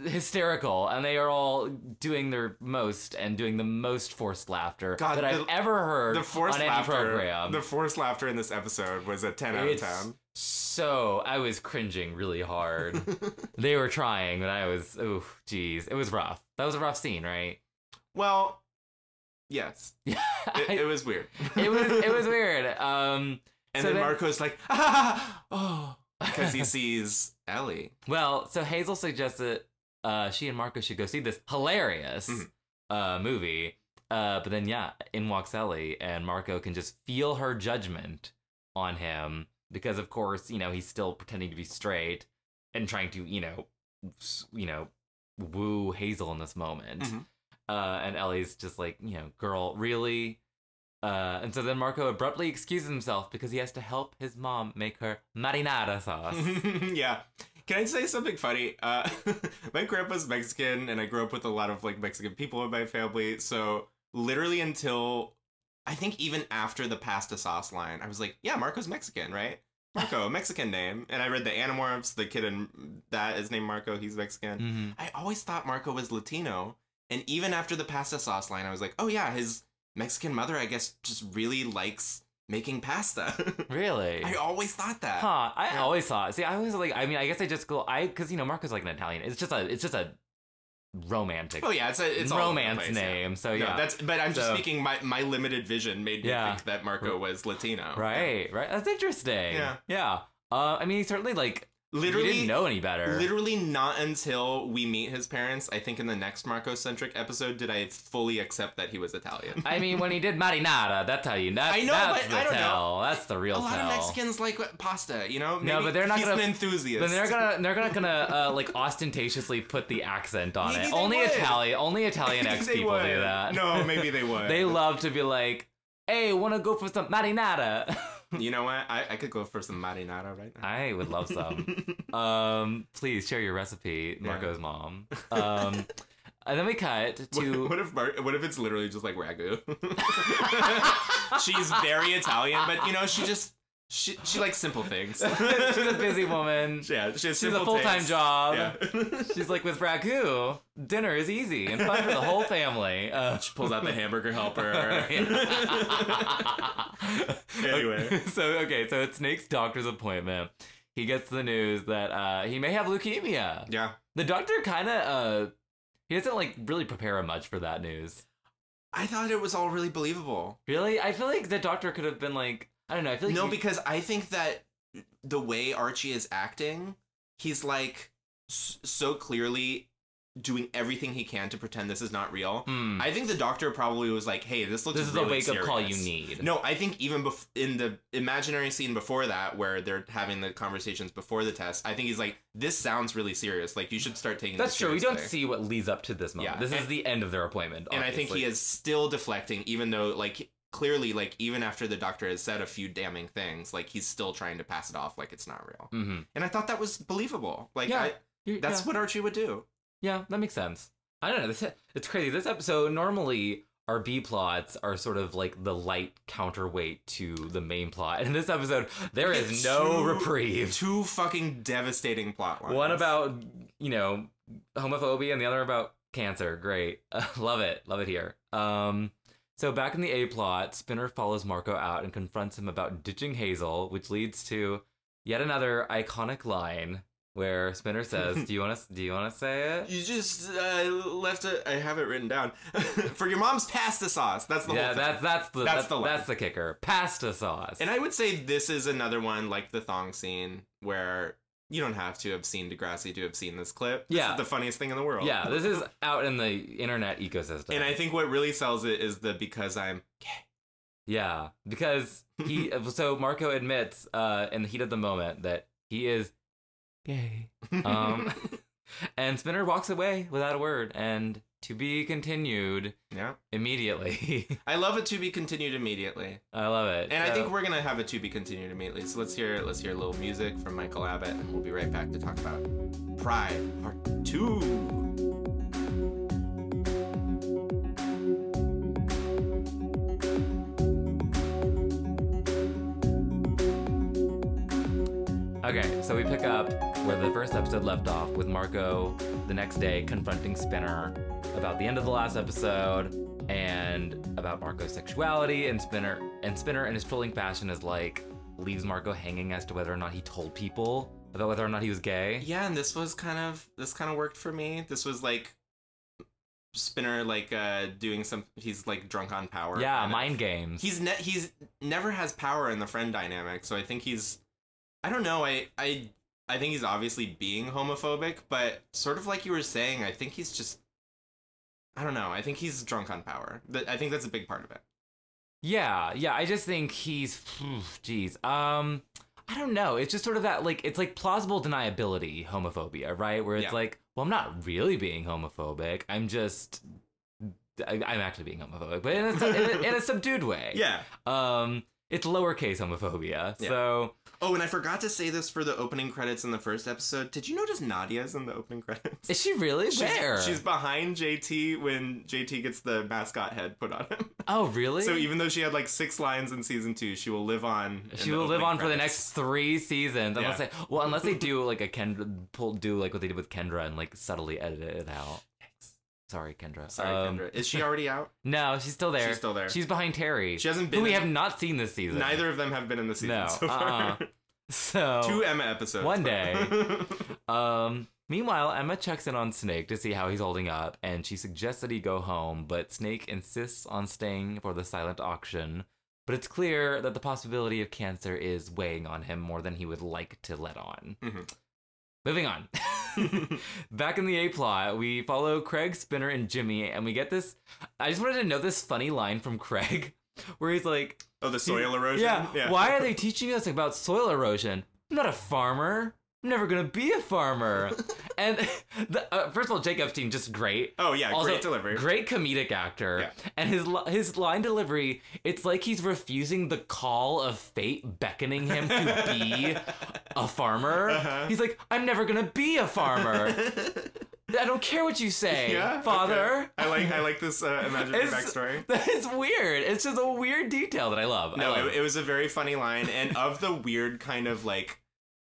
Speaker 2: hysterical, and they are all doing their most and doing the most forced laughter
Speaker 3: God,
Speaker 2: that I've
Speaker 3: the-
Speaker 2: ever heard
Speaker 3: the forced
Speaker 2: on any
Speaker 3: laughter.
Speaker 2: program.
Speaker 3: The forced laughter in this episode was a 10 out of
Speaker 2: It's
Speaker 3: 10.
Speaker 2: So I was cringing really hard. they were trying, but I was oh jeez, it was rough. That was a rough scene, right?
Speaker 3: Well, yes. It,
Speaker 2: I-
Speaker 3: it was weird.
Speaker 2: it was it was weird. Um,
Speaker 3: And
Speaker 2: so
Speaker 3: then
Speaker 2: then-
Speaker 3: Marco's like, ah, oh, because he sees Ellie.
Speaker 2: well, so Hazel suggests that uh, she and Marco should go see this hilarious
Speaker 3: Mhm.
Speaker 2: uh, movie. Uh, but then, yeah, in walks Ellie, and Marco can just feel her judgment on him because, of course, you know he's still pretending to be straight and trying to, you know, s- you know, woo Hazel in this moment.
Speaker 3: Mhm.
Speaker 2: Uh, and Ellie's just like, you know, girl, really. Uh, and so then Marco abruptly excuses himself because he has to help his mom make her marinara sauce.
Speaker 3: yeah. Can I say something funny? Uh, my grandpa's Mexican, and I grew up with a lot of like Mexican people in my family. So literally until I think even after the pasta sauce line, I was like, "Yeah, Marco's Mexican, right? Marco, a Mexican name." And I read the Animorphs. The kid in that is named Marco. He's Mexican.
Speaker 2: Mhm.
Speaker 3: I always thought Marco was Latino, and even after the pasta sauce line, I was like, "Oh yeah, his Mexican mother, I guess, just really likes making pasta."
Speaker 2: Really?
Speaker 3: I always thought that.
Speaker 2: huh. I
Speaker 3: Yeah.
Speaker 2: always thought. See, I was like, I mean, I guess I just go, I because you know Marco's like an Italian. It's just a, it's just a romantic,
Speaker 3: Oh yeah, it's a it's all over the
Speaker 2: romance
Speaker 3: place, yeah.
Speaker 2: name. So
Speaker 3: No,
Speaker 2: yeah,
Speaker 3: that's but I'm just
Speaker 2: So-
Speaker 3: speaking my my limited vision made me
Speaker 2: Yeah.
Speaker 3: think that Marco was Latino.
Speaker 2: right, right. That's interesting.
Speaker 3: oh, Yeah.
Speaker 2: yeah. Uh, I mean, he certainly like Literally,
Speaker 3: Literally,
Speaker 2: didn't know any better.
Speaker 3: literally not until we meet his parents. I think in the next Marco centric episode did I fully accept that he was Italian.
Speaker 2: I mean, when he did marinara, that's how you know.
Speaker 3: I know,
Speaker 2: that's
Speaker 3: but
Speaker 2: the
Speaker 3: I don't know.
Speaker 2: tell. That's the
Speaker 3: A
Speaker 2: real
Speaker 3: lot
Speaker 2: tell.
Speaker 3: of Mexicans like pasta, you know.
Speaker 2: No,
Speaker 3: Maybe
Speaker 2: but they're not
Speaker 3: he's
Speaker 2: gonna-
Speaker 3: an enthusiast.
Speaker 2: But they're gonna they're not gonna uh, like ostentatiously put the accent on
Speaker 3: Maybe
Speaker 2: it.
Speaker 3: they
Speaker 2: Only
Speaker 3: would.
Speaker 2: Italian only Italian
Speaker 3: Maybe
Speaker 2: ex
Speaker 3: they
Speaker 2: people do
Speaker 3: would.
Speaker 2: that.
Speaker 3: No, maybe they would.
Speaker 2: they love to be like, "Hey, want to go for some marinara?"
Speaker 3: You know what? I, I could go for some marinara right now.
Speaker 2: I would love some. um, please share your recipe,
Speaker 3: Yeah.
Speaker 2: Marco's mom. Um, and then we cut to
Speaker 3: What, what if Mar- what if it's literally just like ragu? She's very Italian, but you know she just she she likes simple things.
Speaker 2: she's a busy woman.
Speaker 3: Yeah, she has
Speaker 2: She's a
Speaker 3: simple
Speaker 2: full time
Speaker 3: tastes.
Speaker 2: job.
Speaker 3: Yeah.
Speaker 2: She's like with ragu, dinner is easy and fun for the whole family. Uh,
Speaker 3: she pulls out the hamburger helper. Anyway.
Speaker 2: So okay, so it's Snake's doctor's appointment. He gets the news that uh, he may have leukemia.
Speaker 3: yeah.
Speaker 2: The doctor kind of uh, he doesn't like really prepare him much for that news.
Speaker 3: I thought it was all really believable.
Speaker 2: Really, I feel like the doctor could have been like, I don't know. I feel like
Speaker 3: no,
Speaker 2: he-
Speaker 3: because I think that the way Archie is acting, he's like s- so clearly doing everything he can to pretend this is not real.
Speaker 2: Hmm.
Speaker 3: I think the doctor probably was like, "Hey, this looks
Speaker 2: this is
Speaker 3: really
Speaker 2: the wake up call you
Speaker 3: serious."
Speaker 2: need.
Speaker 3: No, I think even bef- in the imaginary scene before that, where they're having the conversations before the test, I think he's like, "This sounds really serious. Like you should start taking."
Speaker 2: that's
Speaker 3: this
Speaker 2: true. We don't
Speaker 3: seriously."
Speaker 2: see what leads up to this moment.
Speaker 3: Yeah,
Speaker 2: This is
Speaker 3: and-
Speaker 2: the end of their appointment.
Speaker 3: And I think he
Speaker 2: obviously.
Speaker 3: is still deflecting, even though, like, clearly, like, even after the doctor has said a few damning things, like, he's still trying to pass it off like it's not real.
Speaker 2: Mhm.
Speaker 3: And I thought that was believable. Like,
Speaker 2: Yeah.
Speaker 3: I,
Speaker 2: You-
Speaker 3: that's
Speaker 2: yeah.
Speaker 3: what Archie would do.
Speaker 2: Yeah, that makes sense. I don't know. This it's crazy. This episode normally our B plots are sort of like the light counterweight to the main plot, and in this episode there
Speaker 3: Look
Speaker 2: is
Speaker 3: at
Speaker 2: no
Speaker 3: two-
Speaker 2: reprieve.
Speaker 3: Two fucking devastating plot lines.
Speaker 2: One about you know homophobia, and the other about cancer. Great, love it, love it here. Um, so back in the A plot, Spinner follows Marco out and confronts him about ditching Hazel, which leads to yet another iconic line where Spinner says, "Do you want to? Do you want to say it?"
Speaker 3: You just uh, left it. I have it written down. For your mom's pasta sauce. That's the
Speaker 2: yeah,
Speaker 3: whole thing.
Speaker 2: that's that's the that's,
Speaker 3: That's
Speaker 2: that's
Speaker 3: the line.
Speaker 2: the kicker. Pasta sauce.
Speaker 3: And I would say this is another one like the thong scene where you don't have to have seen Degrassi to have seen this clip. This
Speaker 2: Yeah.
Speaker 3: is the funniest thing in the world.
Speaker 2: yeah, this is out in the internet ecosystem.
Speaker 3: And I think what really sells it is the because I'm
Speaker 2: yeah, because he so Marco admits uh, in the heat of the moment that he is gay. Um, and Spinner walks away without a word, and to be continued
Speaker 3: yeah.
Speaker 2: immediately.
Speaker 3: I love a to be continued immediately.
Speaker 2: I love it.
Speaker 3: And I
Speaker 2: So-
Speaker 3: think we're gonna have a to be continued immediately. So let's hear let's hear a little music from Michael Abbott and we'll be right back to talk about Pride Part Two.
Speaker 2: Okay, so we pick up where the first episode left off with Marco the next day confronting Spinner about the end of the last episode and about Marco's sexuality and Spinner and Spinner in his trolling fashion is like leaves Marco hanging as to whether or not he told people about whether or not he was gay.
Speaker 3: Yeah, and this was kind of this kind of worked for me. This was like Spinner like uh doing some he's like drunk on power.
Speaker 2: Yeah,
Speaker 3: kind of.
Speaker 2: mind games.
Speaker 3: he's ne- he's never has power in the friend dynamic so i think he's i don't know i i i think he's obviously being homophobic but sort of like you were saying i think he's just i don't know i think he's drunk on power Th- i think that's a big part of it
Speaker 2: Yeah, yeah. I just think he's, jeez. Um, I don't know. It's just sort of that like it's like plausible deniability homophobia, right? Where it's
Speaker 3: Yeah.
Speaker 2: like, well, I'm not really being homophobic. I'm just, I, I'm actually being homophobic, but in a, sub- in, a, in a subdued way.
Speaker 3: yeah
Speaker 2: Um, it's lowercase homophobia.
Speaker 3: Yeah.
Speaker 2: So
Speaker 3: oh and i forgot to say this for the opening credits in the first episode did you notice nadia's in the opening credits
Speaker 2: is she really
Speaker 3: She's-
Speaker 2: there?
Speaker 3: she's behind JT when JT gets the mascot head put on him.
Speaker 2: oh, really?
Speaker 3: So even though she had like six lines in season two, she will live on. in
Speaker 2: she
Speaker 3: the
Speaker 2: will live
Speaker 3: opening
Speaker 2: on for the
Speaker 3: credits.
Speaker 2: next three seasons, unless
Speaker 3: Yeah.
Speaker 2: they well, unless they do like a Kendra pull, do like what they did with Kendra and like subtly edit it out. Sorry, Kendra.
Speaker 3: Sorry,
Speaker 2: Um,
Speaker 3: Kendra. Is she already out?
Speaker 2: No, she's still there.
Speaker 3: She's still there.
Speaker 2: She's behind Terry,
Speaker 3: She hasn't been.
Speaker 2: who we
Speaker 3: in-
Speaker 2: have not seen this season.
Speaker 3: Neither of them have been in the season
Speaker 2: No,
Speaker 3: so far. Two
Speaker 2: So,
Speaker 3: Emma episodes.
Speaker 2: One
Speaker 3: though.
Speaker 2: day. um, meanwhile, Emma checks in on Snake to see how he's holding up, and she suggests that he go home. But Snake insists on staying for the silent auction. But it's clear that the possibility of cancer is weighing on him more than he would like to let on.
Speaker 3: Mhm.
Speaker 2: Moving on. Back in the A plot, we follow Craig, Spinner, and Jimmy, and we get this. I just wanted to know this funny line from Craig where he's like,
Speaker 3: Oh, the soil erosion.
Speaker 2: yeah, why are they teaching us about soil erosion? I'm not a farmer. I'm never going to be a farmer. and the, uh, first of all, Jake Epstein, just great.
Speaker 3: Oh yeah,
Speaker 2: Also,
Speaker 3: great delivery.
Speaker 2: Great comedic actor.
Speaker 3: Yeah.
Speaker 2: And his li- his line delivery, it's like he's refusing the call of fate beckoning him to be a farmer.
Speaker 3: Uh-huh.
Speaker 2: He's like, I'm never going to be a farmer. I don't care what you say,
Speaker 3: Yeah, okay.
Speaker 2: father.
Speaker 3: I like I like this uh, imaginary
Speaker 2: It's-
Speaker 3: backstory.
Speaker 2: That is weird. It's just a weird detail that I love. I
Speaker 3: No,
Speaker 2: love
Speaker 3: it, it was a very funny line, and of the weird kind of like,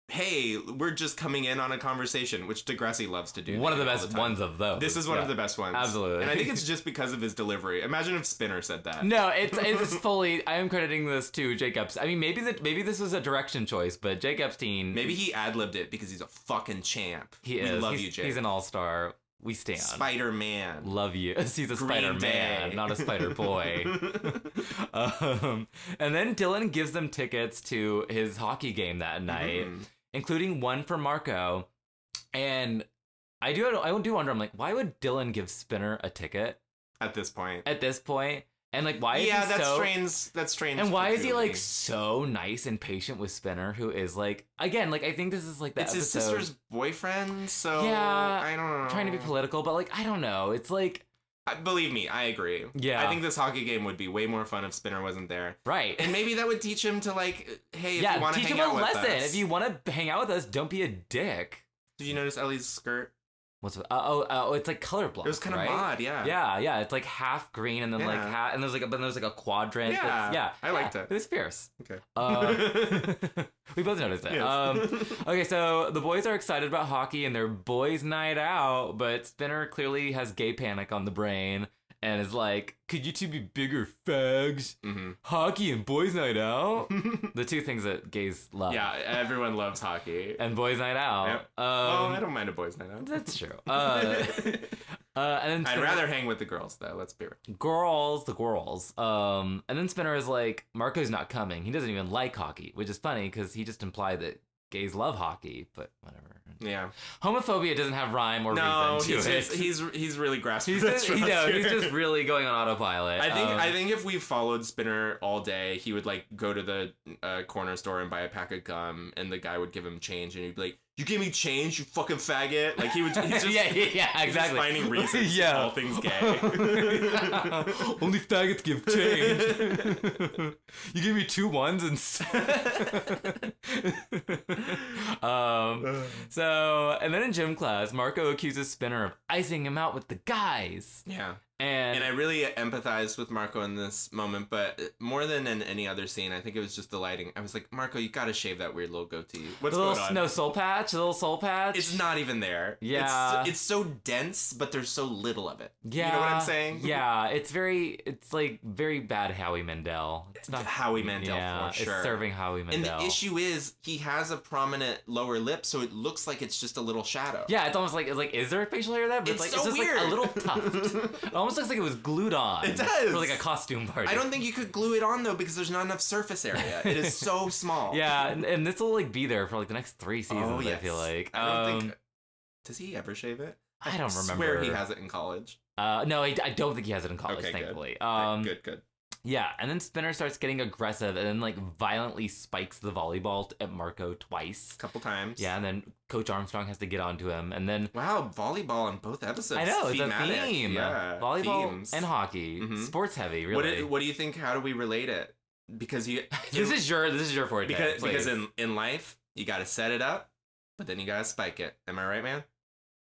Speaker 3: hey, we're just coming in on a conversation, which Degrassi loves to do.
Speaker 2: one of the
Speaker 3: all
Speaker 2: best
Speaker 3: time.
Speaker 2: ones of those.
Speaker 3: This is one
Speaker 2: Yeah.
Speaker 3: of the best ones.
Speaker 2: Absolutely.
Speaker 3: And I think it's just because of his delivery. Imagine if Spinner said that.
Speaker 2: No, it's it's fully. I am crediting this to Jake Epstein. I mean, maybe that maybe this was a direction choice, but Jake Epstein.
Speaker 3: Maybe he ad libbed it because he's a fucking champ.
Speaker 2: he
Speaker 3: we
Speaker 2: is.
Speaker 3: love
Speaker 2: he's,
Speaker 3: you, Jake.
Speaker 2: He's an all star. We stand.
Speaker 3: Spider Man.
Speaker 2: Love you. He's a Spider Man, not a Spider Boy. um, and then Dylan gives them tickets to his hockey game
Speaker 3: Mm-hmm.
Speaker 2: that night, including one for Marco. And I do I do wonder. I'm like, why would Dylan give Spinner a ticket
Speaker 3: At this point.
Speaker 2: at this point? And like, why? Is
Speaker 3: yeah,
Speaker 2: he
Speaker 3: that
Speaker 2: so,
Speaker 3: strains. That strains.
Speaker 2: And why is he
Speaker 3: credulity.
Speaker 2: like so nice and patient with Spinner, who is like again, like I think this is like that
Speaker 3: It's his
Speaker 2: episode
Speaker 3: sister's boyfriend, so
Speaker 2: Yeah,
Speaker 3: I don't know.
Speaker 2: trying to be political, but like I don't know. It's like
Speaker 3: I, believe me, I agree.
Speaker 2: Yeah.
Speaker 3: I think this hockey game would be way more fun if Spinner wasn't there,
Speaker 2: right.
Speaker 3: and maybe that would teach him to like, hey, if you
Speaker 2: yeah,
Speaker 3: want to
Speaker 2: teach
Speaker 3: hang
Speaker 2: him
Speaker 3: out
Speaker 2: a
Speaker 3: with
Speaker 2: lesson.
Speaker 3: us-
Speaker 2: If you want to hang out with us, don't be a dick.
Speaker 3: did you notice Ellie's skirt?
Speaker 2: What's uh, oh uh, oh? It's like color block.
Speaker 3: It was kind of
Speaker 2: right?
Speaker 3: odd, yeah.
Speaker 2: Yeah, yeah. It's like half green and then like
Speaker 3: Yeah.
Speaker 2: half, and there's like a, but there's like a quadrant. that's-
Speaker 3: Yeah,
Speaker 2: yeah.
Speaker 3: I liked
Speaker 2: yeah,
Speaker 3: it.
Speaker 2: It was fierce.
Speaker 3: Okay.
Speaker 2: Uh, we both noticed it.
Speaker 3: Yes.
Speaker 2: Um, Okay, so the boys are excited about hockey and their boys' night out, but Spinner clearly has gay panic on the brain and is like, "Could you two be bigger fags?
Speaker 3: Mhm.
Speaker 2: Hockey and boys' night out, the two things that gays love.
Speaker 3: Mm-hmm. yeah, everyone loves hockey.
Speaker 2: and boys' night out.
Speaker 3: Yep.
Speaker 2: Um,
Speaker 3: oh, I don't mind a boys' night out.
Speaker 2: That's true. Uh, uh, and then
Speaker 3: I'd
Speaker 2: Spinner-
Speaker 3: rather hang with the girls though. Let's be real.
Speaker 2: girls, the girls. Um, and then Spinner is like, Marco's not coming. He doesn't even like hockey, which is funny because he just implied that gays love hockey, but whatever.
Speaker 3: Yeah.
Speaker 2: Homophobia doesn't have rhyme or
Speaker 3: Mm. No,
Speaker 2: reason
Speaker 3: he's,
Speaker 2: to
Speaker 3: he's
Speaker 2: it.
Speaker 3: he's he's really grasping.
Speaker 2: He's
Speaker 3: at
Speaker 2: just, you
Speaker 3: straws
Speaker 2: know,
Speaker 3: here.
Speaker 2: he's just really going on autopilot.
Speaker 3: I think
Speaker 2: Um,
Speaker 3: I think if we followed Spinner all day, he would like go to the uh, corner store and buy a pack of gum, and the guy would give him change, and he'd be like, "You give me change, you fucking faggot!" Like he would. He's just,
Speaker 2: yeah, yeah, yeah,
Speaker 3: he's just
Speaker 2: exactly.
Speaker 3: finding reasons. to All things gay.
Speaker 2: Only faggots give change. you give me two ones and. s- um. So, and then in gym class, Marco accuses Spinner of icing him out with the guys,
Speaker 3: yeah.
Speaker 2: and,
Speaker 3: And I really empathized with Marco in this moment, but uh, more than in any other scene, I think it was just the lighting. I was like, Marco, you gotta shave that weird little goatee. What's
Speaker 2: the little
Speaker 3: going on?
Speaker 2: no soul patch, the little soul patch.
Speaker 3: It's not even there.
Speaker 2: Yeah.
Speaker 3: It's, it's so dense, but there's so little of it.
Speaker 2: Yeah,
Speaker 3: You know what I'm saying?
Speaker 2: Yeah, it's very, it's like very bad Howie Mandel. It's not
Speaker 3: Howie Mandel,
Speaker 2: Yeah,
Speaker 3: for sure.
Speaker 2: it's serving Howie
Speaker 3: And
Speaker 2: Mandel.
Speaker 3: the issue is, he has a prominent lower lip, so it looks like it's just a little shadow.
Speaker 2: yeah, it's almost like it's like is there a facial hair there? But it's,
Speaker 3: It's
Speaker 2: like
Speaker 3: so
Speaker 2: it's just like
Speaker 3: weird.
Speaker 2: a little tuft. it almost looks like it was glued on.
Speaker 3: It does.
Speaker 2: for like a costume party.
Speaker 3: I don't think you could glue it on, though, because there's not enough surface area. It is so small.
Speaker 2: Yeah, and, and this will like be there for like the next three seasons.
Speaker 3: Oh,
Speaker 2: I
Speaker 3: yes.
Speaker 2: feel like.
Speaker 3: I don't
Speaker 2: Um,
Speaker 3: think. Does he ever shave it?
Speaker 2: I don't remember.
Speaker 3: Swear he has it in college.
Speaker 2: Uh, no, I, I don't think he has it in college.
Speaker 3: Okay, good.
Speaker 2: thankfully. Um,
Speaker 3: good, good.
Speaker 2: Yeah, and then Spinner starts getting aggressive and then like violently spikes the volleyball t- at Marco twice.
Speaker 3: couple times.
Speaker 2: Yeah, and then Coach Armstrong has to get onto him, and then
Speaker 3: Wow, volleyball on both episodes.
Speaker 2: I know it's
Speaker 3: Thematic.
Speaker 2: a theme.
Speaker 3: Yeah.
Speaker 2: Volleyball
Speaker 3: themes.
Speaker 2: and hockey,
Speaker 3: Mhm.
Speaker 2: sports heavy. Really,
Speaker 3: What do, what do you think? How do we relate it? Because you
Speaker 2: this is your this is your forte.
Speaker 3: because
Speaker 2: please.
Speaker 3: because in in life you got to set it up, but then you got to spike it. Am I right, man?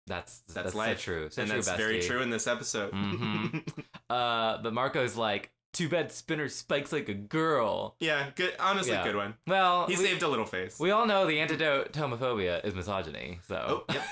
Speaker 2: that's
Speaker 3: that's
Speaker 2: that's,
Speaker 3: life.
Speaker 2: so true. So
Speaker 3: and
Speaker 2: true,
Speaker 3: that's very
Speaker 2: bestie.
Speaker 3: true in this episode.
Speaker 2: Mhm. Uh, but Marco's like, too bad Spinner spikes like a girl.
Speaker 3: yeah, good. Honestly,
Speaker 2: Yeah.
Speaker 3: good one.
Speaker 2: Well,
Speaker 3: He
Speaker 2: we,
Speaker 3: saved a little face.
Speaker 2: we all know the antidote to homophobia is misogyny. So
Speaker 3: oh, yep.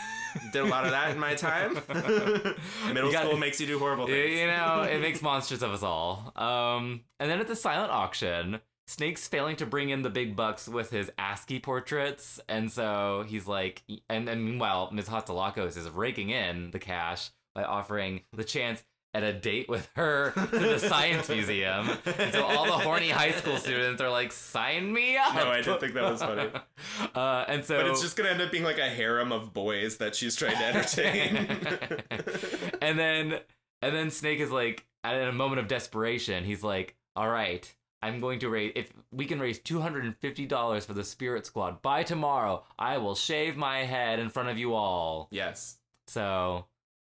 Speaker 3: Did a lot of that in my time. Middle
Speaker 2: You got-
Speaker 3: school makes you do horrible
Speaker 2: Y-
Speaker 3: things.
Speaker 2: You know, it makes monsters of us all. Um, and then at the silent auction, Snake's failing to bring in the big bucks with his ASCII portraits, and so he's like, and, and meanwhile, Ms. Hatzalakos is raking in the cash by offering the chance at a date with her to the science museum. And so all the horny high school students are like, sign me up.
Speaker 3: No, I didn't think that was funny.
Speaker 2: uh, and so,
Speaker 3: But it's just gonna end up being like a harem of boys that she's trying to entertain.
Speaker 2: and then and then Snake is like, at a moment of desperation, he's like, "All right, I'm going to raise. If we can raise two hundred and fifty dollars for the Spirit Squad by tomorrow, I will shave my head in front of you all."
Speaker 3: yes.
Speaker 2: So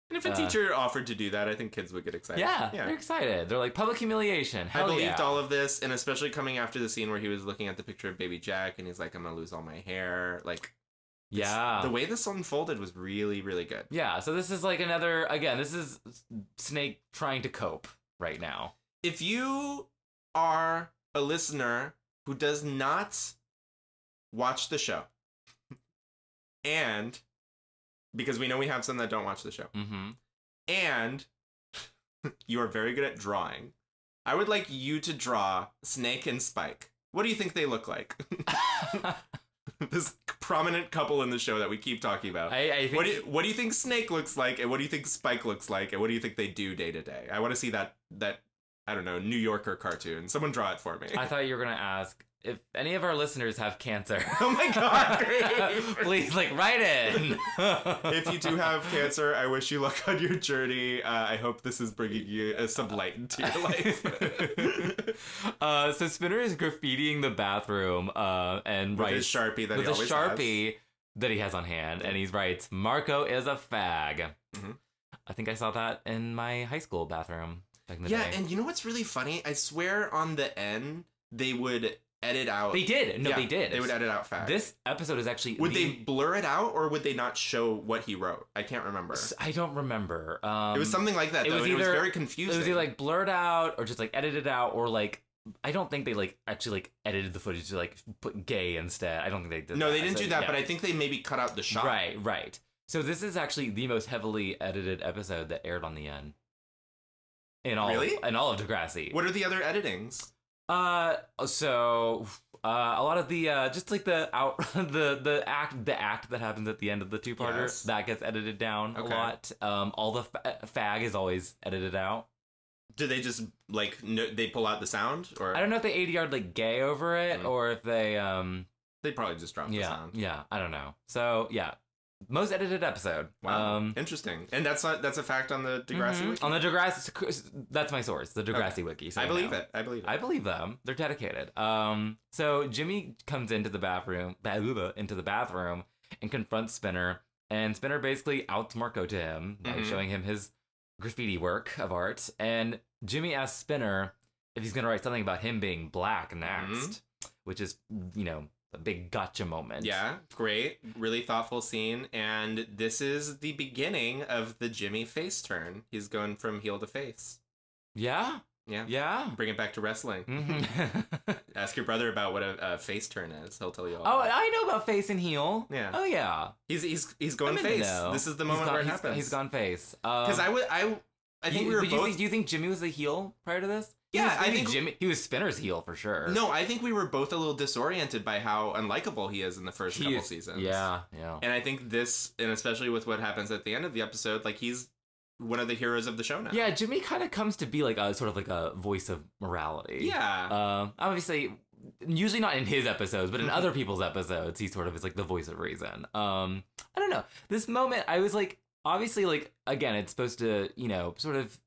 Speaker 3: And if a
Speaker 2: Uh,
Speaker 3: teacher offered to do that, I think kids would get excited.
Speaker 2: yeah, they're excited. They're like public humiliation.
Speaker 3: I
Speaker 2: Hell
Speaker 3: believed
Speaker 2: yeah.
Speaker 3: all of this, and especially coming after the scene where he was looking at the picture of baby Jack and he's like, I'm gonna lose all my hair. Like, this-
Speaker 2: yeah.
Speaker 3: The way this unfolded was really, really good.
Speaker 2: yeah, so this is like another again, this is Snake trying to cope right now.
Speaker 3: If you are a listener who does not watch the show, and because we know we have some that don't watch the show,
Speaker 2: Mhm.
Speaker 3: and you are very good at drawing, I would like you to draw Snake and Spike. What do you think they look like? this prominent couple in the show that we keep talking about.
Speaker 2: I, I think
Speaker 3: what do you, what do you think Snake looks like, and what do you think Spike looks like, and what do you think they do day to day? I want to see that that I don't know New Yorker cartoon. Someone draw it for me.
Speaker 2: I thought you were gonna ask if any of our listeners have cancer.
Speaker 3: Oh my God, Grave.
Speaker 2: Please, like, write in.
Speaker 3: if you do have cancer, I wish you luck on your journey. Uh, I hope this is bringing you uh, some light into your life.
Speaker 2: uh, so Spinner is graffitiing the bathroom, uh, and
Speaker 3: With his
Speaker 2: writes
Speaker 3: sharpie that
Speaker 2: with
Speaker 3: he
Speaker 2: a
Speaker 3: always
Speaker 2: sharpie that he has on hand, and he writes, "Marco is a fag."
Speaker 3: Mhm.
Speaker 2: I think I saw that in my high school bathroom back in the
Speaker 3: Has. Yeah,
Speaker 2: day.
Speaker 3: and you know what's really funny? I swear on the N they would edit out.
Speaker 2: they did. No,
Speaker 3: Yeah,
Speaker 2: they did.
Speaker 3: They would edit out facts.
Speaker 2: This episode is actually
Speaker 3: would
Speaker 2: the-
Speaker 3: they blur it out or would they not show what he wrote? I can't remember.
Speaker 2: I don't remember. Um,
Speaker 3: it was something like that.
Speaker 2: it
Speaker 3: though,
Speaker 2: was
Speaker 3: and it
Speaker 2: either-
Speaker 3: was very confusing.
Speaker 2: It was either like blurred out or just like edited out or like I don't think they like actually like edited the footage to like put gay instead. I don't think they did.
Speaker 3: no,
Speaker 2: that.
Speaker 3: they didn't
Speaker 2: So,
Speaker 3: do that,
Speaker 2: yeah.
Speaker 3: but I think they maybe cut out the shot.
Speaker 2: right, right. So this is actually the most heavily edited episode that aired on the N. In all,
Speaker 3: Really?
Speaker 2: in all of Degrassi.
Speaker 3: What are the other editings?
Speaker 2: Uh, so uh, a lot of the uh, just like the out the the act the act that happens at the end of the two parter
Speaker 3: Yes.
Speaker 2: that gets edited down
Speaker 3: Okay.
Speaker 2: a lot. Um, all the fa- fag is always edited out.
Speaker 3: Do they just like no, they pull out the sound or
Speaker 2: I don't know if they ADR'd like gay over it
Speaker 3: Mm.
Speaker 2: or if they um
Speaker 3: they probably just drop the
Speaker 2: yeah
Speaker 3: sound?
Speaker 2: yeah I don't know. So yeah, most edited episode.
Speaker 3: Wow,
Speaker 2: Um,
Speaker 3: interesting. And that's not that's a fact on the Degrassi
Speaker 2: mhm.
Speaker 3: wiki.
Speaker 2: on the Degrassi. That's my source, the Degrassi wiki. So
Speaker 3: I believe
Speaker 2: know.
Speaker 3: it. I believe it.
Speaker 2: I believe them. They're dedicated. Um, so Jimmy comes into the bathroom, ba- blah, blah, into the bathroom, and confronts Spinner. And Spinner basically outs Marco to him by
Speaker 3: Mhm.
Speaker 2: showing him his graffiti work of art. And Jimmy asks Spinner if he's going to write something about him being black next,
Speaker 3: Mm-hmm.
Speaker 2: which is, you know, a big gotcha moment.
Speaker 3: yeah, great, really thoughtful scene, and this is the beginning of the Jimmy face turn. He's going from heel to face.
Speaker 2: Yeah.
Speaker 3: Yeah.
Speaker 2: Yeah.
Speaker 3: Bring it back to wrestling.
Speaker 2: Mhm.
Speaker 3: Ask your brother about what a, a face turn is. He'll tell you all.
Speaker 2: oh,
Speaker 3: about it.
Speaker 2: I know about face and heel.
Speaker 3: Yeah.
Speaker 2: Oh, yeah.
Speaker 3: he's he's he's
Speaker 2: I'm
Speaker 3: going
Speaker 2: in the
Speaker 3: face.
Speaker 2: know.
Speaker 3: This is the
Speaker 2: He's
Speaker 3: moment
Speaker 2: gone-
Speaker 3: where it
Speaker 2: he's-
Speaker 3: happens.
Speaker 2: He's gone face.
Speaker 3: Because
Speaker 2: Um,
Speaker 3: I would I I think
Speaker 2: You-
Speaker 3: we were
Speaker 2: but do you
Speaker 3: both.
Speaker 2: think, do you think Jimmy was a heel prior to this? He
Speaker 3: Yeah,
Speaker 2: was-
Speaker 3: I
Speaker 2: maybe
Speaker 3: think-
Speaker 2: Jimmy. He was Spinner's heel for sure.
Speaker 3: no, I think we were both a little disoriented by how unlikable he is in the first
Speaker 2: He
Speaker 3: couple
Speaker 2: is-
Speaker 3: seasons.
Speaker 2: Yeah, yeah.
Speaker 3: and I think this, and especially with what happens at the end of the episode, like he's one of the heroes of the show now.
Speaker 2: Yeah, Jimmy kind of comes to be like a sort of like a voice of morality.
Speaker 3: yeah.
Speaker 2: Um, obviously, usually not in his episodes, but in
Speaker 3: Mm-hmm.
Speaker 2: other people's episodes, he sort of is like the voice of reason. Um, I don't know. This moment, I was like, obviously, like again, it's supposed to, you know, sort of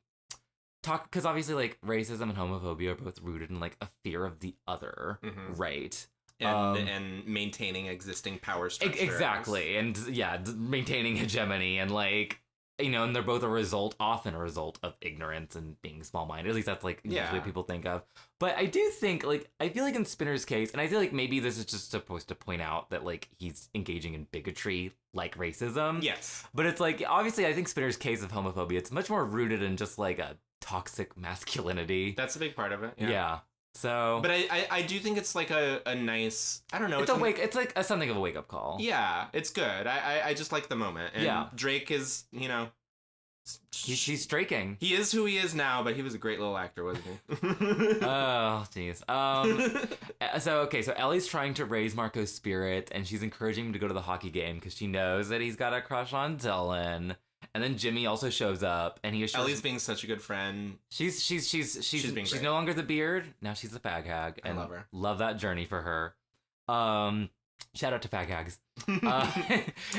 Speaker 2: talk because obviously, like racism and homophobia are both rooted in like a fear of the other,
Speaker 3: Mhm.
Speaker 2: right?
Speaker 3: and
Speaker 2: Um,
Speaker 3: and maintaining existing power
Speaker 2: E-
Speaker 3: structures.
Speaker 2: Exactly, and yeah, d- maintaining hegemony and like you know, and they're both a result, often a result of ignorance and being small-minded. At least that's like usually
Speaker 3: Yeah.
Speaker 2: what people think of. But I do think like I feel like in Spinner's case, and I feel like maybe this is just supposed to point out that like he's engaging in bigotry like racism.
Speaker 3: Yes.
Speaker 2: But it's like obviously I think Spinner's case of homophobia it's much more rooted in just like a toxic masculinity.
Speaker 3: That's a big part of it.
Speaker 2: yeah. So
Speaker 3: But I, I, I do think it's like a, a nice I don't know
Speaker 2: it's a
Speaker 3: an-
Speaker 2: wake it's like a, something of a wake-up call.
Speaker 3: Yeah, it's good. I, I I just like the moment. And
Speaker 2: Yeah.
Speaker 3: Drake is you know s-
Speaker 2: He, she's striking.
Speaker 3: he is who he is now, but he was a great little actor, wasn't he?
Speaker 2: oh jeez. Um Uh, So okay, so Ellie's trying to raise Marco's spirits, and she's encouraging him to go to the hockey game because she knows that he's got a crush on Dylan. And then Jimmy also shows up, and he assures
Speaker 3: Ellie's being such a good friend.
Speaker 2: she's she's she's she's
Speaker 3: She's being
Speaker 2: she's
Speaker 3: great.
Speaker 2: no longer the beard. Now she's the fag hag.
Speaker 3: I
Speaker 2: And
Speaker 3: love her.
Speaker 2: Love that journey for her. Um, shout out to fag hags. Uh,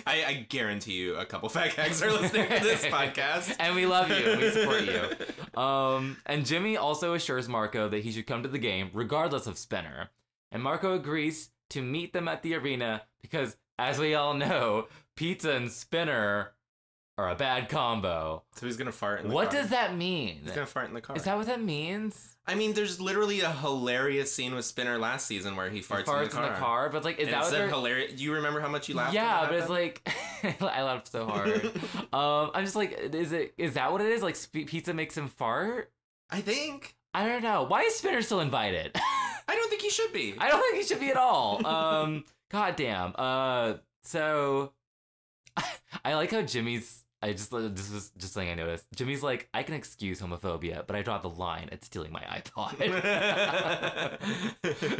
Speaker 3: I, I guarantee you a couple fag hags are listening to this podcast.
Speaker 2: and we love you. We support you. Um, and Jimmy also assures Marco that he should come to the game regardless of Spinner. And Marco agrees to meet them at the arena because, as we all know, pizza and Spinner are a bad combo.
Speaker 3: So he's gonna fart in the
Speaker 2: What
Speaker 3: car.
Speaker 2: does that mean?
Speaker 3: He's gonna fart in the car.
Speaker 2: Is that what that means?
Speaker 3: I mean, there's literally a hilarious scene with Spinner last season where he farts,
Speaker 2: Farts
Speaker 3: in, the car.
Speaker 2: but like, is
Speaker 3: And
Speaker 2: that
Speaker 3: it's
Speaker 2: what
Speaker 3: a
Speaker 2: they're?
Speaker 3: hilarious? Do you remember how much you laughed?
Speaker 2: yeah,
Speaker 3: when
Speaker 2: but
Speaker 3: that
Speaker 2: it's like I laughed so hard.
Speaker 3: happened?
Speaker 2: um, I'm just like, is it? Is that what it is? Like, sp- pizza makes him fart.
Speaker 3: I think.
Speaker 2: I don't know. Why is Spinner still invited?
Speaker 3: I don't think he should be.
Speaker 2: I don't think he should be at all. Um, goddamn. Uh, so I like how Jimmy's. I just this was just something I noticed. Jimmy's like, I can excuse homophobia, but I draw the line at stealing my iPod.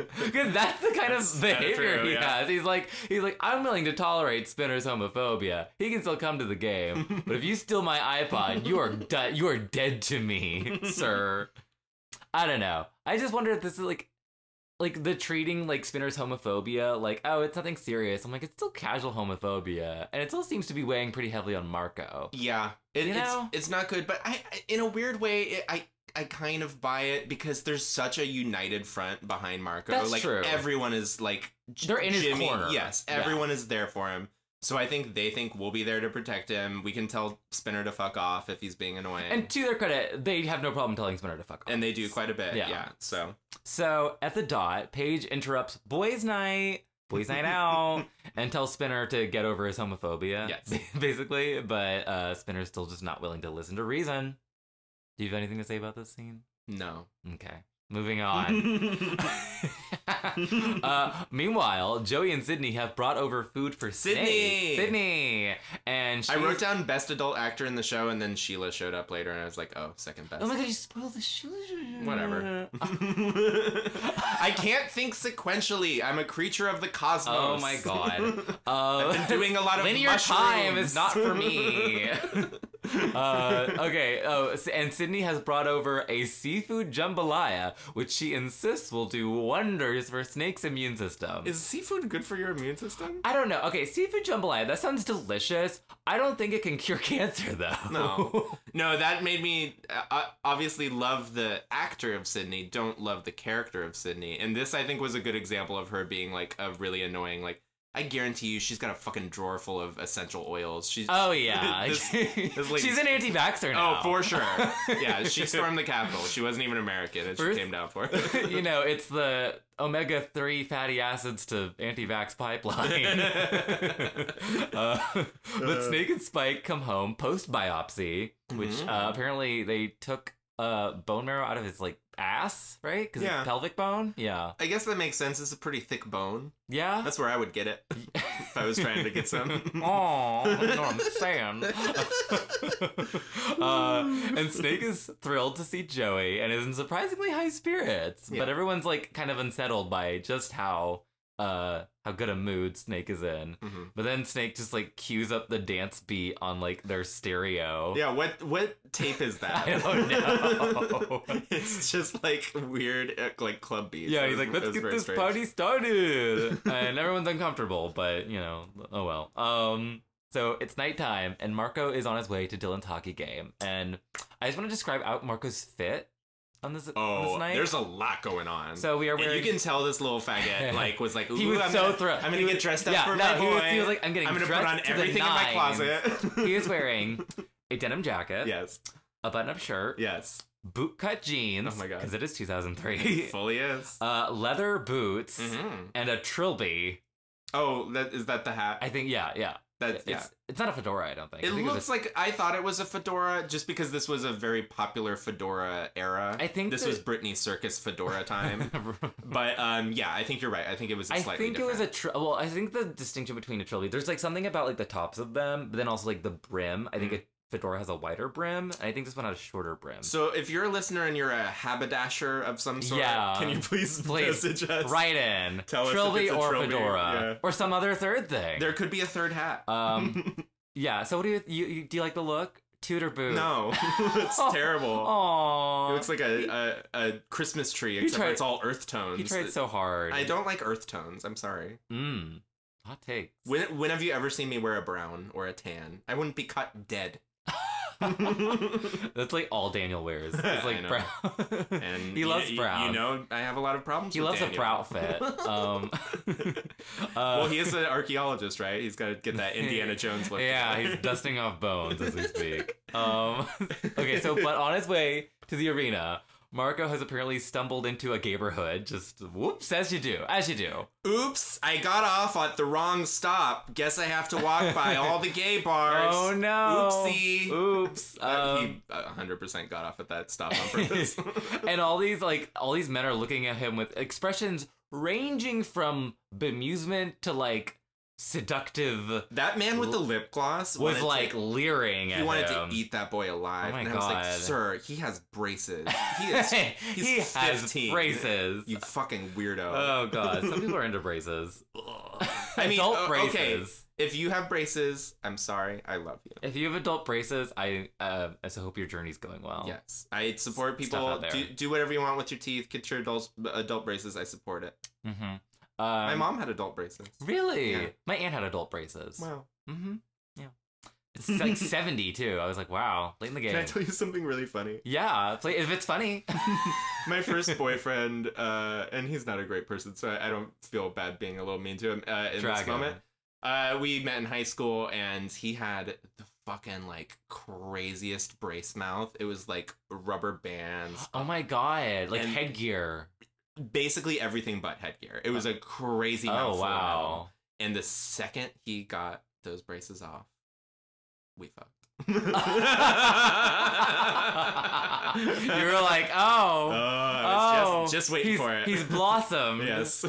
Speaker 2: Because that's the kind
Speaker 3: That's
Speaker 2: of
Speaker 3: kinda
Speaker 2: behavior
Speaker 3: true,
Speaker 2: he
Speaker 3: yeah.
Speaker 2: has. He's like, he's like, I'm willing to tolerate Spinner's homophobia. He can still come to the game, but if you steal my iPod, you are di- you are dead to me, sir. I don't know. I just wonder if this is like like the treating like Spinner's homophobia, like, oh, it's nothing serious. I'm like, it's still casual homophobia. And it still seems to be weighing pretty heavily on Marco.
Speaker 3: Yeah, it,
Speaker 2: You know?
Speaker 3: it's it's not good, but I, I in a weird way it, I I kind of buy it because there's such a united front behind Marco.
Speaker 2: That's
Speaker 3: like
Speaker 2: true.
Speaker 3: everyone is like J-
Speaker 2: They're in his
Speaker 3: Jimmy-
Speaker 2: corner.
Speaker 3: Yes,
Speaker 2: Yeah.
Speaker 3: everyone is there for him. So I think they think we'll be there to protect him. We can tell Spinner to fuck off if he's being annoying.
Speaker 2: And to their credit, they have no problem telling Spinner to fuck off.
Speaker 3: And they do quite a bit.
Speaker 2: Yeah.
Speaker 3: Yeah. So
Speaker 2: So at the dot, Paige interrupts boys' night, boys' night out, and tells Spinner to get over his homophobia.
Speaker 3: Yes.
Speaker 2: basically. But uh, Spinner's still just not willing to listen to reason. Do you have anything to say about this scene?
Speaker 3: no.
Speaker 2: Okay, moving on. uh, meanwhile, Joey and Sydney have brought over food for
Speaker 3: Sydney!
Speaker 2: Snake. Sydney, and she.
Speaker 3: I wrote down best adult actor in the show, and then Sheila showed up later, and I was like, oh, second best.
Speaker 2: Oh my god! You spoiled the shoes.
Speaker 3: Whatever. I can't think sequentially. I'm a creature of the cosmos.
Speaker 2: Oh my god. Uh,
Speaker 3: I've been doing a lot of
Speaker 2: linear
Speaker 3: mushrooms.
Speaker 2: time is not for me. uh, okay. Oh, s- and Sydney has brought over a seafood jambalaya, which she insists will do wonders for Snake's immune system.
Speaker 3: Is seafood good for your immune system?
Speaker 2: I don't know. Okay, seafood jambalaya. That sounds delicious. I don't think it can cure cancer though.
Speaker 3: No. No, that made me uh, uh, obviously love the actor of Sydney, don't love the character of Sydney. And this, I think, was a good example of her being like a really annoying, like, I guarantee you she's got a fucking drawer full of essential oils. She's.
Speaker 2: oh yeah.
Speaker 3: This- this lady's-
Speaker 2: She's an anti-vaxxer now.
Speaker 3: Oh, for sure. yeah, she stormed the Capitol. She wasn't even American, and she
Speaker 2: First-
Speaker 3: came down for it.
Speaker 2: you know, it's the omega three fatty acids to anti-vax pipeline. uh, but Snake and Spike come home post biopsy, which
Speaker 3: Mhm.
Speaker 2: uh, apparently they took uh, bone marrow out of his like ass, right? Because
Speaker 3: Yeah.
Speaker 2: it's pelvic bone. Yeah,
Speaker 3: I guess that makes sense. It's a pretty thick bone.
Speaker 2: yeah.
Speaker 3: That's where I would get it if I was trying to get some.
Speaker 2: Oh, that's what I'm saying. uh, and Snake is thrilled to see Joey and is in surprisingly high spirits,
Speaker 3: Yeah.
Speaker 2: but everyone's like kind of unsettled by just how uh how good a mood Snake is in.
Speaker 3: Mhm.
Speaker 2: But then Snake just like cues up the dance beat on like their stereo.
Speaker 3: Yeah, what what tape is that?
Speaker 2: I don't know.
Speaker 3: it's just like weird, uh, like club beats.
Speaker 2: Yeah,
Speaker 3: It
Speaker 2: he's
Speaker 3: was-
Speaker 2: like,
Speaker 3: it
Speaker 2: let's
Speaker 3: was
Speaker 2: get
Speaker 3: very
Speaker 2: this
Speaker 3: strange.
Speaker 2: party started. and everyone's uncomfortable, but you know, oh well. Um, so it's nighttime, and Marco is on his way to Dylan's hockey game. And I just want to describe out Marco's fit on this, on
Speaker 3: Oh,
Speaker 2: this night.
Speaker 3: there's a lot going on.
Speaker 2: so we are
Speaker 3: and
Speaker 2: wearing.
Speaker 3: you can tell this little faggot like was like, Ooh,
Speaker 2: he was
Speaker 3: I'm
Speaker 2: so
Speaker 3: gonna,
Speaker 2: thrilled.
Speaker 3: I'm gonna
Speaker 2: He
Speaker 3: get
Speaker 2: was-
Speaker 3: dressed up
Speaker 2: yeah,
Speaker 3: for
Speaker 2: no,
Speaker 3: my
Speaker 2: he was,
Speaker 3: boy.
Speaker 2: he was like, I'm getting
Speaker 3: I'm gonna put
Speaker 2: dressed
Speaker 3: on
Speaker 2: to the
Speaker 3: everything in my
Speaker 2: nines."
Speaker 3: closet.
Speaker 2: he is wearing a denim jacket,
Speaker 3: yes,
Speaker 2: a button-up shirt,
Speaker 3: yes,
Speaker 2: boot cut jeans.
Speaker 3: Oh my God.
Speaker 2: Because it is 2003.
Speaker 3: he fully is.
Speaker 2: uh, leather boots
Speaker 3: Mhm.
Speaker 2: and a trilby.
Speaker 3: Oh, that is that the hat?
Speaker 2: I think, yeah, yeah.
Speaker 3: That
Speaker 2: It's
Speaker 3: yeah.
Speaker 2: it's not a fedora, I don't think. I
Speaker 3: It
Speaker 2: think
Speaker 3: looks
Speaker 2: was a-
Speaker 3: like I thought it was a fedora just because this was a very popular fedora era.
Speaker 2: I think
Speaker 3: this
Speaker 2: that-
Speaker 3: was Britney Circus fedora time. but um, yeah, I think you're right. I think it was a
Speaker 2: I
Speaker 3: slightly
Speaker 2: think it was a tr- well. I think the distinction between a trilby. There's like something about like the tops of them, but then also like the brim. I think a fedora has a wider brim. and I think this one had a shorter brim.
Speaker 3: Mm. So if you're a listener and you're a haberdasher of some sort,
Speaker 2: Yeah.
Speaker 3: can you please,
Speaker 2: Please,
Speaker 3: message us?
Speaker 2: right in
Speaker 3: Tell us if
Speaker 2: trilby
Speaker 3: it's a
Speaker 2: or
Speaker 3: trilby,
Speaker 2: fedora
Speaker 3: yeah.
Speaker 2: or some other third thing.
Speaker 3: There could be a third hat.
Speaker 2: um, yeah. So what do you, you, you do? You like the look? Tudor boot.
Speaker 3: No, it's
Speaker 2: Oh,
Speaker 3: terrible.
Speaker 2: Aww.
Speaker 3: It looks like a, a, a Christmas tree, except
Speaker 2: tried-
Speaker 3: it's all earth tones.
Speaker 2: He tried so hard.
Speaker 3: I don't like earth tones. I'm sorry.
Speaker 2: Mm. Hot takes.
Speaker 3: When when have you ever seen me wear a brown or a tan? I wouldn't be cut dead.
Speaker 2: That's like all Daniel wears.
Speaker 3: I
Speaker 2: It's like
Speaker 3: know.
Speaker 2: brown.
Speaker 3: And
Speaker 2: he
Speaker 3: you-
Speaker 2: loves
Speaker 3: you-
Speaker 2: brown.
Speaker 3: You know, I have a lot of problems.
Speaker 2: he
Speaker 3: with
Speaker 2: loves
Speaker 3: Daniel.
Speaker 2: a brow fit. Um, uh,
Speaker 3: well, he is an archaeologist, right? He's got to get that Indiana Jones look.
Speaker 2: Yeah, he's dusting off bones as we speak. Um, okay, so but on his way to the arena, Marco has apparently stumbled into a neighborhood. Just whoops, as you do, as you do.
Speaker 3: Oops! I got off at the wrong stop. Guess I have to walk by all the gay bars.
Speaker 2: Oh no!
Speaker 3: Oopsie.
Speaker 2: Oops.
Speaker 3: Uh,
Speaker 2: Um,
Speaker 3: he 100% got off at that stop on purpose.
Speaker 2: and all these like all these men are looking at him with expressions ranging from bemusement to like seductive
Speaker 3: that man with the lip gloss
Speaker 2: was
Speaker 3: wanted to-
Speaker 2: like leering at
Speaker 3: he wanted
Speaker 2: him.
Speaker 3: to eat that boy alive.
Speaker 2: Oh my
Speaker 3: and I was like,
Speaker 2: God.
Speaker 3: sir, he has braces. He is. he's
Speaker 2: he has
Speaker 3: 15.
Speaker 2: braces.
Speaker 3: you fucking weirdo.
Speaker 2: Oh god, some people are into braces.
Speaker 3: I mean,
Speaker 2: adult
Speaker 3: o-
Speaker 2: braces.
Speaker 3: okay. If you have braces, I'm sorry. I love you.
Speaker 2: If you have adult braces, I uh, I so hope your journey's going well.
Speaker 3: Yes, I support
Speaker 2: Oh. stuff out
Speaker 3: people.
Speaker 2: there.
Speaker 3: Do, do whatever you want with your teeth. Get your adult adult braces. I support it.
Speaker 2: Mm-hmm. Um,
Speaker 3: My mom had adult braces.
Speaker 2: Really?
Speaker 3: Yeah.
Speaker 2: My aunt had adult braces.
Speaker 3: Wow.
Speaker 2: Mm-hmm. Yeah. It's like seventy too. I was like, wow, late in the game.
Speaker 3: Can I tell you something really funny?
Speaker 2: yeah, play if it's funny.
Speaker 3: My first boyfriend, uh, and he's not a great person, so I I don't feel bad being a little mean to him uh, in this
Speaker 2: Dragon.
Speaker 3: moment. Uh, we met in high school, and he had the fucking like craziest brace mouth. It was like rubber bands,
Speaker 2: Oh my god, like
Speaker 3: And-
Speaker 2: headgear.
Speaker 3: basically everything but headgear. It was a crazy.
Speaker 2: Oh
Speaker 3: mouthful.
Speaker 2: wow.
Speaker 3: And the second he got those braces off, we fucked. you
Speaker 2: you were like, oh, oh,
Speaker 3: just, just waiting
Speaker 2: he's,
Speaker 3: for it.
Speaker 2: He's blossomed.
Speaker 3: yes.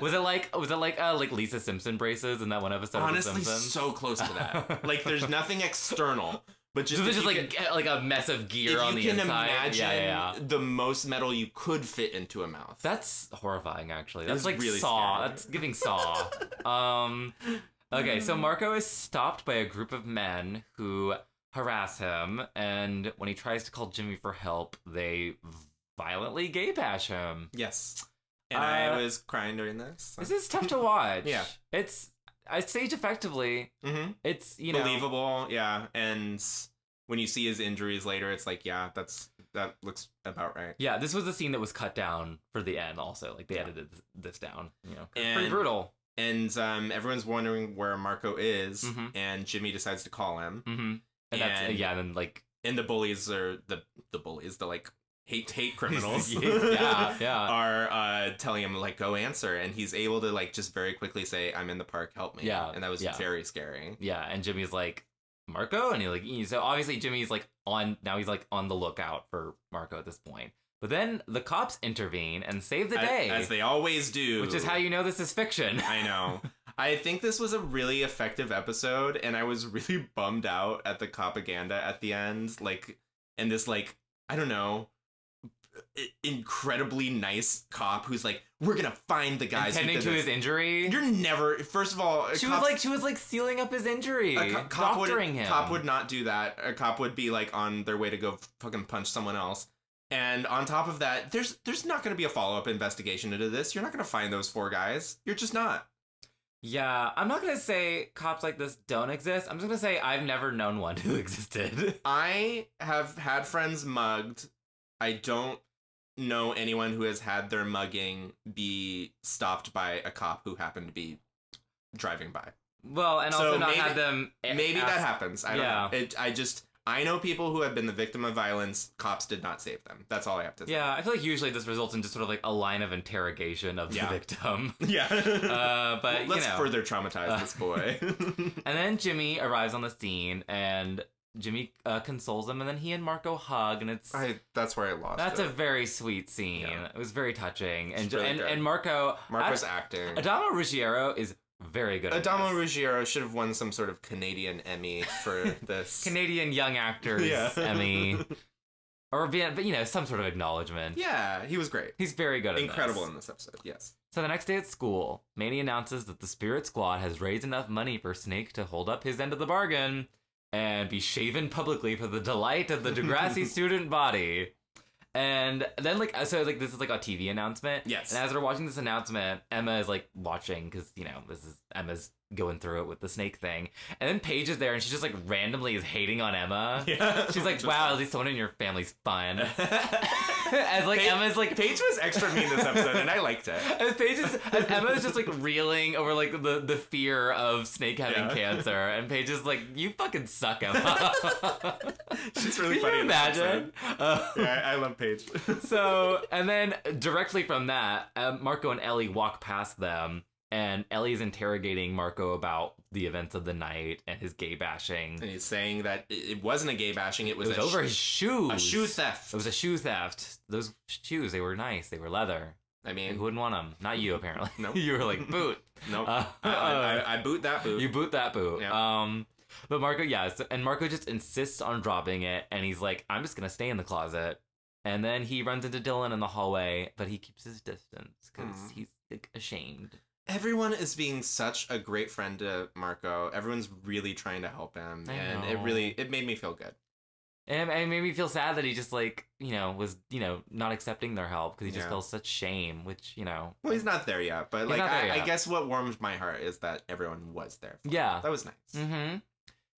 Speaker 2: Was it like was it like uh, like Lisa Simpson braces in that one episode? of
Speaker 3: Honestly,
Speaker 2: the Simpsons?
Speaker 3: so close to that. Like, there's nothing external, but just
Speaker 2: Just,
Speaker 3: if
Speaker 2: just
Speaker 3: you
Speaker 2: like like a mess of
Speaker 3: can,
Speaker 2: gear
Speaker 3: if
Speaker 2: on
Speaker 3: you
Speaker 2: the
Speaker 3: can
Speaker 2: inside.
Speaker 3: imagine
Speaker 2: yeah, yeah, yeah.
Speaker 3: the most metal you could fit into a mouth.
Speaker 2: That's horrifying. Actually,
Speaker 3: It
Speaker 2: that's
Speaker 3: is
Speaker 2: like
Speaker 3: really
Speaker 2: Saw.
Speaker 3: scary.
Speaker 2: That's giving Saw. um, okay, so Marco is stopped by a group of men who harass him, and when he tries to call Jimmy for help, they violently gay bash him.
Speaker 3: yes. And I
Speaker 2: Uh,
Speaker 3: was crying during this.
Speaker 2: This is tough to watch.
Speaker 3: Yeah.
Speaker 2: it's I stage effectively.
Speaker 3: mm-hmm.
Speaker 2: It's you know
Speaker 3: believable. Yeah, and when you see his injuries later, it's like, yeah, that's that looks about right.
Speaker 2: Yeah, this was a scene that was cut down for the end. Also, like they edited th- this down. You know, 'cause it's pretty
Speaker 3: And-
Speaker 2: brutal.
Speaker 3: And um, everyone's wondering where Marco is,
Speaker 2: Mhm.
Speaker 3: and Jimmy decides to call him,
Speaker 2: Mm-hmm. And, that's
Speaker 3: And-
Speaker 2: yeah. And then like
Speaker 3: and the bullies are the the bullies, the like hate hate criminals.
Speaker 2: yeah, yeah,
Speaker 3: Are uh, telling him like go answer, and he's able to like just very quickly say, "I'm in the park, help me."
Speaker 2: Yeah,
Speaker 3: and that was
Speaker 2: yeah.
Speaker 3: very scary.
Speaker 2: yeah. And Jimmy's like Marco, and he like "Eh." so obviously Jimmy's like on now. He's like on the lookout for Marco at this point. But then the cops intervene and save the
Speaker 3: A-
Speaker 2: day,
Speaker 3: as they always do,
Speaker 2: which is how you know this is fiction.
Speaker 3: I know. I think this was a really effective episode, and I was really bummed out at the propaganda at the end. Like, and this, like, I don't know, i- incredibly nice cop who's like, we're gonna find the guys who
Speaker 2: Tending
Speaker 3: did
Speaker 2: to
Speaker 3: this."
Speaker 2: his injury.
Speaker 3: You're never, first of all, a
Speaker 2: She was
Speaker 3: cop's-
Speaker 2: like she was like sealing up his injury,
Speaker 3: a co- cop would,
Speaker 2: doctoring him.
Speaker 3: Cop would not do that. A cop would be like on their way to go fucking punch someone else. And on top of that, there's there's not going to be a follow up investigation into this. You're not going to find those four guys. You're just not.
Speaker 2: Yeah, I'm not gonna say cops like this don't exist. I'm just gonna say I've never known one who existed.
Speaker 3: I have had friends mugged. I don't know anyone who has had their mugging be stopped by a cop who happened to be driving by.
Speaker 2: well, and
Speaker 3: So
Speaker 2: also not
Speaker 3: maybe-
Speaker 2: had them. a-
Speaker 3: Maybe that
Speaker 2: ask-
Speaker 3: happens. I don't
Speaker 2: Yeah.
Speaker 3: know. It, I just I know people who have been the victim of violence. Cops did not save them. That's all I have to say.
Speaker 2: Yeah, I feel like usually this results in just sort of like a line of interrogation of
Speaker 3: Yeah.
Speaker 2: the victim.
Speaker 3: Yeah.
Speaker 2: Uh, but
Speaker 3: let's
Speaker 2: you know.
Speaker 3: further traumatize
Speaker 2: Uh,
Speaker 3: this boy.
Speaker 2: And then Jimmy arrives on the scene, and Jimmy uh, consoles him, and then he and Marco hug, and it's
Speaker 3: I that's where I lost.
Speaker 2: that's
Speaker 3: it.
Speaker 2: a very sweet scene.
Speaker 3: Yeah.
Speaker 2: It was very touching, and
Speaker 3: It's really
Speaker 2: and,
Speaker 3: good.
Speaker 2: and Marco
Speaker 3: Marco's
Speaker 2: Ad-
Speaker 3: acting.
Speaker 2: Adamo Ruggiero is very good. at
Speaker 3: Adamo
Speaker 2: this.
Speaker 3: Ruggiero should have won some sort of Canadian Emmy for this.
Speaker 2: Canadian Young Actors
Speaker 3: Yeah.
Speaker 2: Emmy. or being, but you know, some sort of acknowledgement.
Speaker 3: Yeah, he was great.
Speaker 2: He's very good at this.
Speaker 3: Incredible in this episode. Yes.
Speaker 2: So the next day at school, Manny announces that the Spirit Squad has raised enough money for Snake to hold up his end of the bargain and be shaven publicly for the delight of the Degrassi student body. And then, like, so like this is like a TV announcement.
Speaker 3: Yes.
Speaker 2: And as we're watching this announcement, Emma is like watching because you know this is Emma's going through it with the snake thing. And then Paige is there, and she just like randomly is hating on Emma.
Speaker 3: Yeah.
Speaker 2: She's like,
Speaker 3: Just-
Speaker 2: "Wow, at least someone in your family's fun." as like
Speaker 3: Paige-
Speaker 2: Emma's like
Speaker 3: Paige was extra mean this episode, and I liked it.
Speaker 2: as Paige is, as Emma is just like reeling over like the, the fear of Snake having
Speaker 3: Yeah.
Speaker 2: cancer, and Paige is like, "You fucking suck, Emma."
Speaker 3: She's really
Speaker 2: Can
Speaker 3: funny
Speaker 2: you
Speaker 3: in this
Speaker 2: imagine? Uh,
Speaker 3: Yeah, I I love Paige.
Speaker 2: so, and then directly from that, um, Marco and Ellie walk past them, and Ellie's interrogating Marco about the events of the night and his gay bashing.
Speaker 3: and he's saying that it it wasn't a gay bashing; it
Speaker 2: It
Speaker 3: was,
Speaker 2: was
Speaker 3: a
Speaker 2: over
Speaker 3: sh-
Speaker 2: his shoes.
Speaker 3: a shoe
Speaker 2: It
Speaker 3: theft.
Speaker 2: was a shoe theft. Those shoes, they were nice. They were leather.
Speaker 3: I
Speaker 2: Who
Speaker 3: mean,
Speaker 2: wouldn't want them? Not you, apparently.
Speaker 3: Nope.
Speaker 2: you were like boot.
Speaker 3: no,
Speaker 2: Uh,
Speaker 3: I, I, I boot that boot.
Speaker 2: You boot that boot.
Speaker 3: Yeah.
Speaker 2: Um, but Marco, yeah, so- and Marco just insists on dropping it, and he's like, "I'm just gonna stay in the closet." And then he runs into Dylan in the hallway, but he keeps his distance because
Speaker 3: Mhm.
Speaker 2: he's like, ashamed.
Speaker 3: Everyone is being such a great friend to Marco. Everyone's really trying to help him,
Speaker 2: I
Speaker 3: and
Speaker 2: know.
Speaker 3: it really it made me feel good.
Speaker 2: And it- it made me feel sad that he just like you know was you know not accepting their help because he just
Speaker 3: Yeah.
Speaker 2: felt such shame, which you know.
Speaker 3: Well, he's not there yet, but
Speaker 2: He's
Speaker 3: like
Speaker 2: not there
Speaker 3: I, I
Speaker 2: yet.
Speaker 3: guess what warmed my heart is that everyone was there. for him.
Speaker 2: Yeah.
Speaker 3: that was nice.
Speaker 2: Mm-hmm.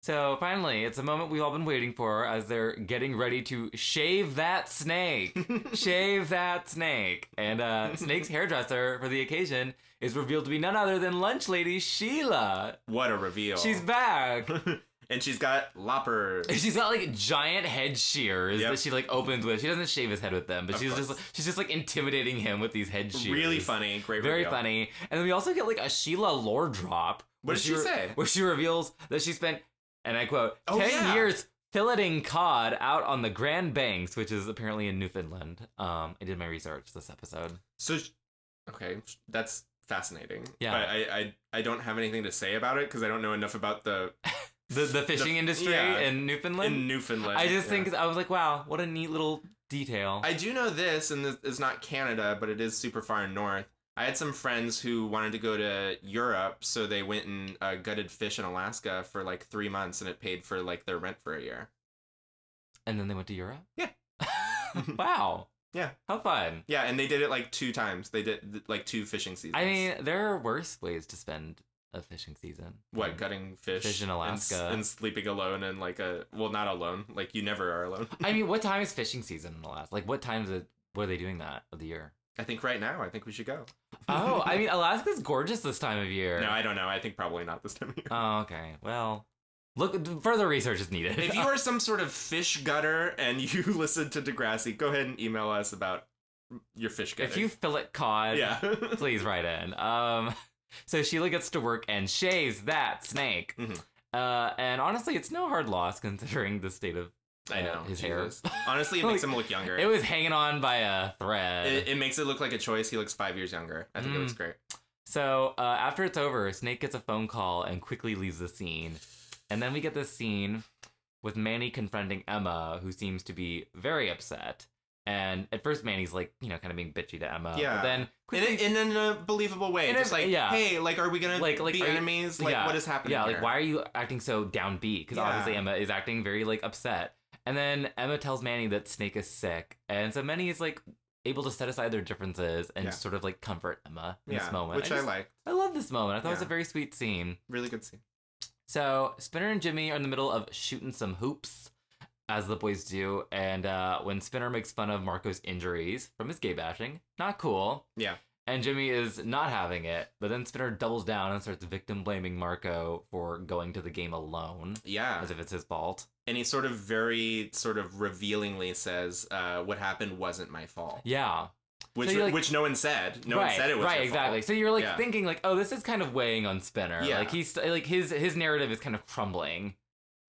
Speaker 2: So finally, it's a moment we've all been waiting for as they're getting ready to shave that snake. shave that snake. And uh, Snake's hairdresser for the occasion is revealed to be none other than lunch lady Sheila.
Speaker 3: What a reveal!
Speaker 2: She's back.
Speaker 3: and she's got loppers.
Speaker 2: She's got like giant head shears
Speaker 3: Yep.
Speaker 2: that she like opens with. She doesn't shave his head with them, but
Speaker 3: Of
Speaker 2: she's just
Speaker 3: course.
Speaker 2: she's just like intimidating him with these head shears.
Speaker 3: Really funny, great,
Speaker 2: Very
Speaker 3: reveal.
Speaker 2: funny. And then we also get like a Sheila lore drop.
Speaker 3: What
Speaker 2: where
Speaker 3: did she
Speaker 2: re-
Speaker 3: say?
Speaker 2: Where she reveals that she spent, and I quote,
Speaker 3: Oh,
Speaker 2: 10
Speaker 3: yeah.
Speaker 2: years filleting cod out on the Grand Banks, which is apparently in Newfoundland. Um, I did my research this episode.
Speaker 3: So, sh- okay, sh- that's fascinating.
Speaker 2: Yeah.
Speaker 3: but I, I I don't have anything to say about it because I don't know enough about the
Speaker 2: The, the fishing industry
Speaker 3: yeah.
Speaker 2: in Newfoundland.
Speaker 3: in Newfoundland.
Speaker 2: I just
Speaker 3: yeah.
Speaker 2: think, I was like, wow, what a neat little detail.
Speaker 3: I do know this, and this is not Canada, but it is super far north. I had some friends who wanted to go to Europe, so they went and uh, gutted fish in Alaska for like three months, and it paid for like their rent for a year.
Speaker 2: and then they went to Europe?
Speaker 3: Yeah.
Speaker 2: wow.
Speaker 3: Yeah.
Speaker 2: How fun.
Speaker 3: Yeah, and they did it like two times. They did th- like two fishing seasons.
Speaker 2: I mean, there are worse ways to spend a fishing season.
Speaker 3: what
Speaker 2: than-
Speaker 3: gutting fish,
Speaker 2: Fish in
Speaker 3: and s-
Speaker 2: Alaska.
Speaker 3: and, sleeping alone and like a well, not alone. Like you never are alone.
Speaker 2: I mean, what time is fishing season in the last? Like, what time is it? What are they doing that of the year?
Speaker 3: I think right now, I think we should go.
Speaker 2: Oh, I mean, Alaska's gorgeous this time of year.
Speaker 3: No, I don't know. I think probably not this time of year.
Speaker 2: oh, okay. Well, look, further research is needed.
Speaker 3: If you are some sort of fish gutter and you listen to Degrassi, go ahead and email us about your fish gutter.
Speaker 2: if you fillet cod,
Speaker 3: yeah,
Speaker 2: please write in. Um, so Sheila gets to work and shaves that snake.
Speaker 3: Mhm.
Speaker 2: Uh, and honestly, it's no hard loss considering the state of
Speaker 3: I
Speaker 2: uh,
Speaker 3: know
Speaker 2: his
Speaker 3: Jesus. Honestly, it makes him look younger.
Speaker 2: hair. It
Speaker 3: It,
Speaker 2: was hanging on by a thread.
Speaker 3: it, makes it look like a choice. He looks five years younger. I think it
Speaker 2: Mm.
Speaker 3: looks great.
Speaker 2: So uh, after it's over, Snake gets a phone call and quickly leaves the scene. And then we get this scene with Manny confronting Emma, who seems to be very upset. And at first, Manny's like, you know, kind of being bitchy to Emma. But
Speaker 3: Yeah.
Speaker 2: then
Speaker 3: In,
Speaker 2: quickly,
Speaker 3: a- in an unbelievable way,
Speaker 2: In a-
Speaker 3: just like
Speaker 2: yeah.
Speaker 3: hey, like are we gonna like,
Speaker 2: Like- like,
Speaker 3: be
Speaker 2: are you-
Speaker 3: enemies? Like
Speaker 2: yeah.
Speaker 3: what is happening?
Speaker 2: yeah,
Speaker 3: here?
Speaker 2: like why are you acting so downbeat? Because
Speaker 3: Yeah.
Speaker 2: obviously Emma is acting very like upset. And then Emma tells Manny that Snake is sick, and so Manny is like able to set aside their differences and
Speaker 3: Yeah.
Speaker 2: sort of like comfort Emma in
Speaker 3: Yeah,
Speaker 2: this moment,
Speaker 3: which I,
Speaker 2: just-
Speaker 3: like.
Speaker 2: I love this moment. I thought it was a
Speaker 3: Yeah.
Speaker 2: very sweet scene.
Speaker 3: Really good scene.
Speaker 2: So Spinner and Jimmy are in the middle of shooting some hoops, as the boys do, and uh, when Spinner makes fun of Marco's injuries from his gay bashing, not cool.
Speaker 3: Yeah.
Speaker 2: And Jimmy is not having it, but then Spinner doubles down and starts victim blaming Marco for going to the game alone,
Speaker 3: Yeah,
Speaker 2: as if it's his fault.
Speaker 3: and he sort of very sort of revealingly says, uh, "What happened wasn't my fault,"
Speaker 2: Yeah.
Speaker 3: which
Speaker 2: you're like-
Speaker 3: which no one said. No one
Speaker 2: right,
Speaker 3: said it was
Speaker 2: right,
Speaker 3: your fault.
Speaker 2: exactly. So you're like
Speaker 3: Yeah.
Speaker 2: thinking like, oh, this is kind of weighing on Spinner.
Speaker 3: Yeah.
Speaker 2: Like he's like his his narrative is kind of crumbling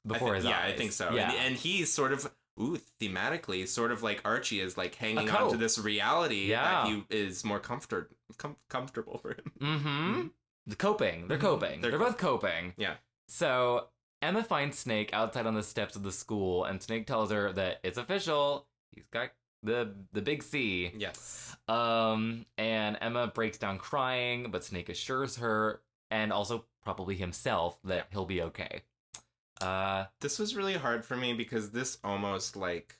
Speaker 3: I
Speaker 2: before
Speaker 3: thi-
Speaker 2: his
Speaker 3: yeah,
Speaker 2: eyes.
Speaker 3: I think so.
Speaker 2: Yeah.
Speaker 3: And, and he's sort of ooh thematically, sort of like Archie is like hanging
Speaker 2: cope.
Speaker 3: on to this reality
Speaker 2: Yeah.
Speaker 3: that he is more comfort com- comfortable for him.
Speaker 2: Mm-hmm. The coping. They're
Speaker 3: Mhm.
Speaker 2: coping. They're,
Speaker 3: They're
Speaker 2: both coping.
Speaker 3: Yeah.
Speaker 2: So Emma finds Snake outside on the steps of the school, and Snake tells her that it's official. He's got the the big C.
Speaker 3: Yes.
Speaker 2: Um, and Emma breaks down crying, but Snake assures her and also probably himself that
Speaker 3: Yeah.
Speaker 2: he'll be okay. Uh,
Speaker 3: This was really hard for me because this almost like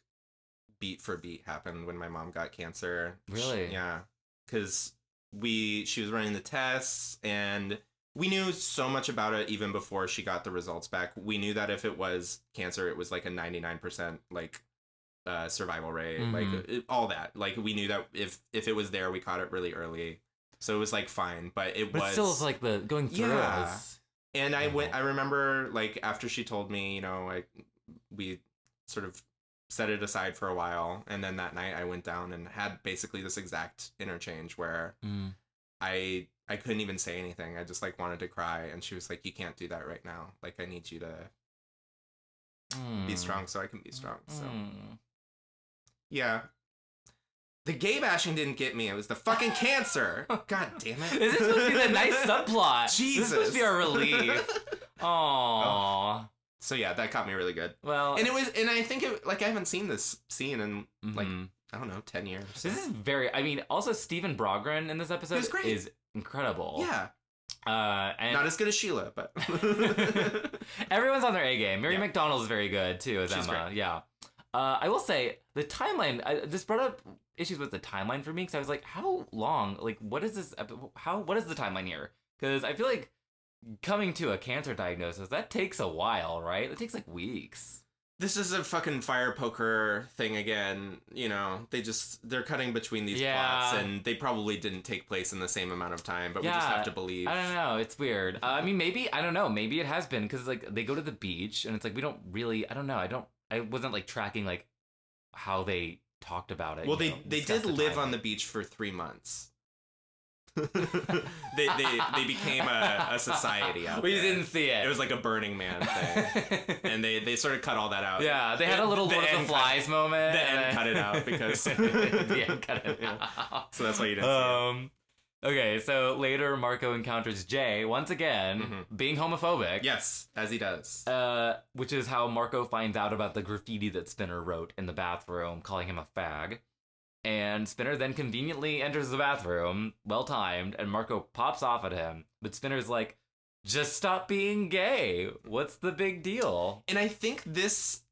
Speaker 3: beat for beat happened when my mom got cancer. Sh-
Speaker 2: Really?
Speaker 3: Yeah. Cuz we she was running the tests and we knew so much about it even before she got the results back. We knew that if it was cancer, it was like a 99% like uh survival rate, like
Speaker 2: Mhm.
Speaker 3: it, all that. Like we knew that if if it was there, we caught it really early. So it was like fine, but it
Speaker 2: but
Speaker 3: was
Speaker 2: it still is like the going through
Speaker 3: Yeah.
Speaker 2: it was
Speaker 3: and I went.
Speaker 2: Oh.
Speaker 3: I remember, like after she told me, you know, I we sort of set it aside for a while, and then that night I went down and had basically this exact interchange where
Speaker 2: Mm.
Speaker 3: I I couldn't even say anything. I just like wanted to cry, and she was like, "You can't do that right now. Like I need you to be
Speaker 2: Mm.
Speaker 3: strong, so I can be strong." So
Speaker 2: Mm.
Speaker 3: yeah. The gay bashing didn't get me. It was the fucking cancer. God damn it.
Speaker 2: Is this supposed to be the nice subplot? This is
Speaker 3: Jesus.
Speaker 2: supposed to be our relief. Aww.
Speaker 3: so yeah, that caught me really good.
Speaker 2: Well,
Speaker 3: And it was, and I think it, like I haven't seen this scene in like
Speaker 2: mhm.
Speaker 3: I don't know, 10 years.
Speaker 2: this is very. I mean, also Stephen Brogren in this episode
Speaker 3: He's great.
Speaker 2: is incredible.
Speaker 3: yeah,
Speaker 2: Uh, and
Speaker 3: not as good as Sheila, but
Speaker 2: Everyone's on their A game. Mary
Speaker 3: Yeah.
Speaker 2: McDonald is very good too as
Speaker 3: She's
Speaker 2: Emma. Yeah. Uh, I will say the timeline. I, this brought up issues with the timeline for me because I was like, how long? Like, what is this? epi- How? What is the timeline here? Because I feel like coming to a cancer diagnosis that takes a while, right? It takes like weeks.
Speaker 3: this is a fucking fire poker thing again. You know, they just they're cutting between these
Speaker 2: Yeah.
Speaker 3: plots, and they probably didn't take place in the same amount of time. But we just
Speaker 2: Yeah.
Speaker 3: have to believe.
Speaker 2: I don't know. It's weird. Uh, I mean, maybe I don't know. Maybe it has been because like they go to the beach and it's like we don't really. I don't know. I don't. I wasn't like tracking like how they talked about it.
Speaker 3: Well, they
Speaker 2: you know,
Speaker 3: they
Speaker 2: discussed
Speaker 3: did live
Speaker 2: timeline.
Speaker 3: on the beach for three months. they, they they became a, a society out
Speaker 2: we
Speaker 3: there.
Speaker 2: didn't see it.
Speaker 3: It was like a Burning Man thing, and they they sort of cut all that out.
Speaker 2: yeah, they had a little
Speaker 3: The
Speaker 2: Lord of the
Speaker 3: end cut-
Speaker 2: Flies moment.
Speaker 3: the end cut it out because-
Speaker 2: yeah, cut it
Speaker 3: Yeah.
Speaker 2: out.
Speaker 3: So that's why you didn't.
Speaker 2: Um. Okay, so later Marco encounters Jay once again,
Speaker 3: Mhm.
Speaker 2: being homophobic.
Speaker 3: see it. Yes, as he does.
Speaker 2: Uh, which is how Marco finds out about the graffiti that Spinner wrote in the bathroom, calling him a fag. And Spinner then conveniently enters the bathroom, well timed, and Marco pops off at him. But Spinner's like, just stop being gay. What's the big deal?
Speaker 3: and I think this,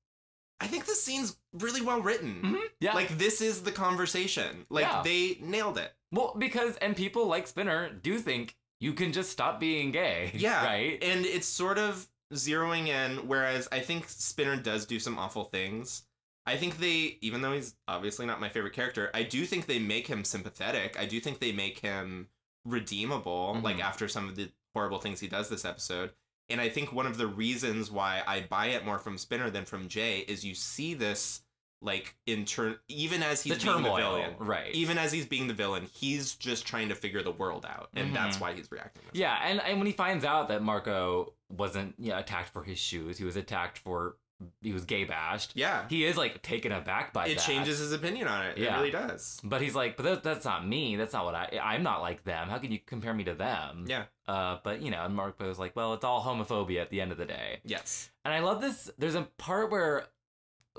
Speaker 3: I think this scene's really well written.
Speaker 2: Mm-hmm. Yeah.
Speaker 3: Mm-hmm. Like this is the conversation. Like
Speaker 2: Yeah.
Speaker 3: they nailed it.
Speaker 2: well, because, and people like Spinner do think you can just stop being gay.
Speaker 3: Yeah.
Speaker 2: Right?
Speaker 3: And it's sort of zeroing in, whereas I think Spinner does do some awful things. I think they, even though he's obviously not my favorite character, I do think they make him sympathetic. I do think they make him redeemable,
Speaker 2: Mhm.
Speaker 3: like after some of the horrible things he does this episode. And I think one of the reasons why I buy it more from Spinner than from Jay is you see this, like, in turn, even as he's
Speaker 2: the
Speaker 3: being
Speaker 2: turmoil.
Speaker 3: the villain,
Speaker 2: right.
Speaker 3: even as he's being the villain, he's just trying to figure the world out, and that's why he's reacting. This
Speaker 2: Mm-hmm. Yeah, and, and when he finds out that Marco wasn't yeah, attacked for his shoes, he was attacked for he was gay bashed.
Speaker 3: way. yeah.
Speaker 2: He is like taken aback by
Speaker 3: it
Speaker 2: that.
Speaker 3: changes his opinion on it. It
Speaker 2: Yeah.
Speaker 3: really does.
Speaker 2: but he's like, but that, that's not me. That's not what I. I'm not like them. How can you compare me to them?
Speaker 3: Yeah.
Speaker 2: Uh, but you know, and Marco's like, well, it's all homophobia at the end of the day.
Speaker 3: Yes.
Speaker 2: And I love this. There's a part where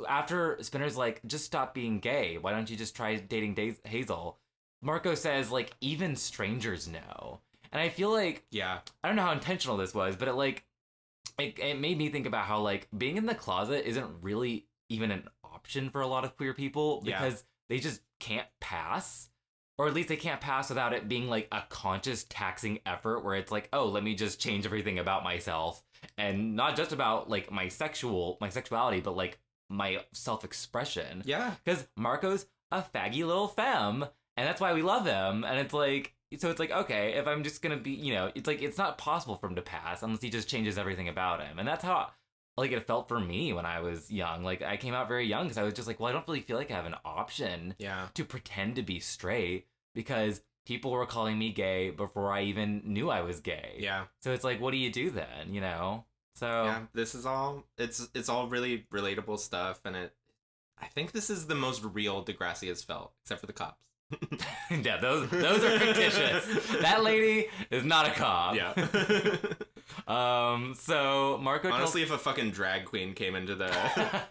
Speaker 2: after Spinner's like, just stop being gay. Why don't you just try dating Daz- Hazel? Marco says like, even strangers know. And I feel like
Speaker 3: Yeah.
Speaker 2: I don't know how intentional this was, but it like it, it made me think about how like being in the closet isn't really even an option for a lot of queer people
Speaker 3: Yeah.
Speaker 2: because they just can't pass. Or at least they can't pass without it being like a conscious taxing effort where it's like, oh, let me just change everything about myself and not just about like my sexual my sexuality, but like my self expression.
Speaker 3: Yeah.
Speaker 2: Because Marco's a faggy little femme, and that's why we love him. And it's like, so it's like, okay, if I'm just gonna be, you know, it's like, it's not possible for him to pass unless he just changes everything about him. And that's how, like, it felt for me when I was young. Like, I came out very young because I was just like, well, I don't really feel like I have an option
Speaker 3: Yeah.
Speaker 2: to pretend to be straight because people were calling me gay before I even knew I was gay.
Speaker 3: Yeah.
Speaker 2: So it's like, what do you do then, you know? So,
Speaker 3: Yeah. This is all it's it's all really relatable stuff and it I think this is the most real Degrassi has felt, except for the cops.
Speaker 2: yeah, those those are fictitious. that lady is not a cop.
Speaker 3: yeah.
Speaker 2: Um, so Marco tells
Speaker 3: Honestly, if a fucking drag queen came into the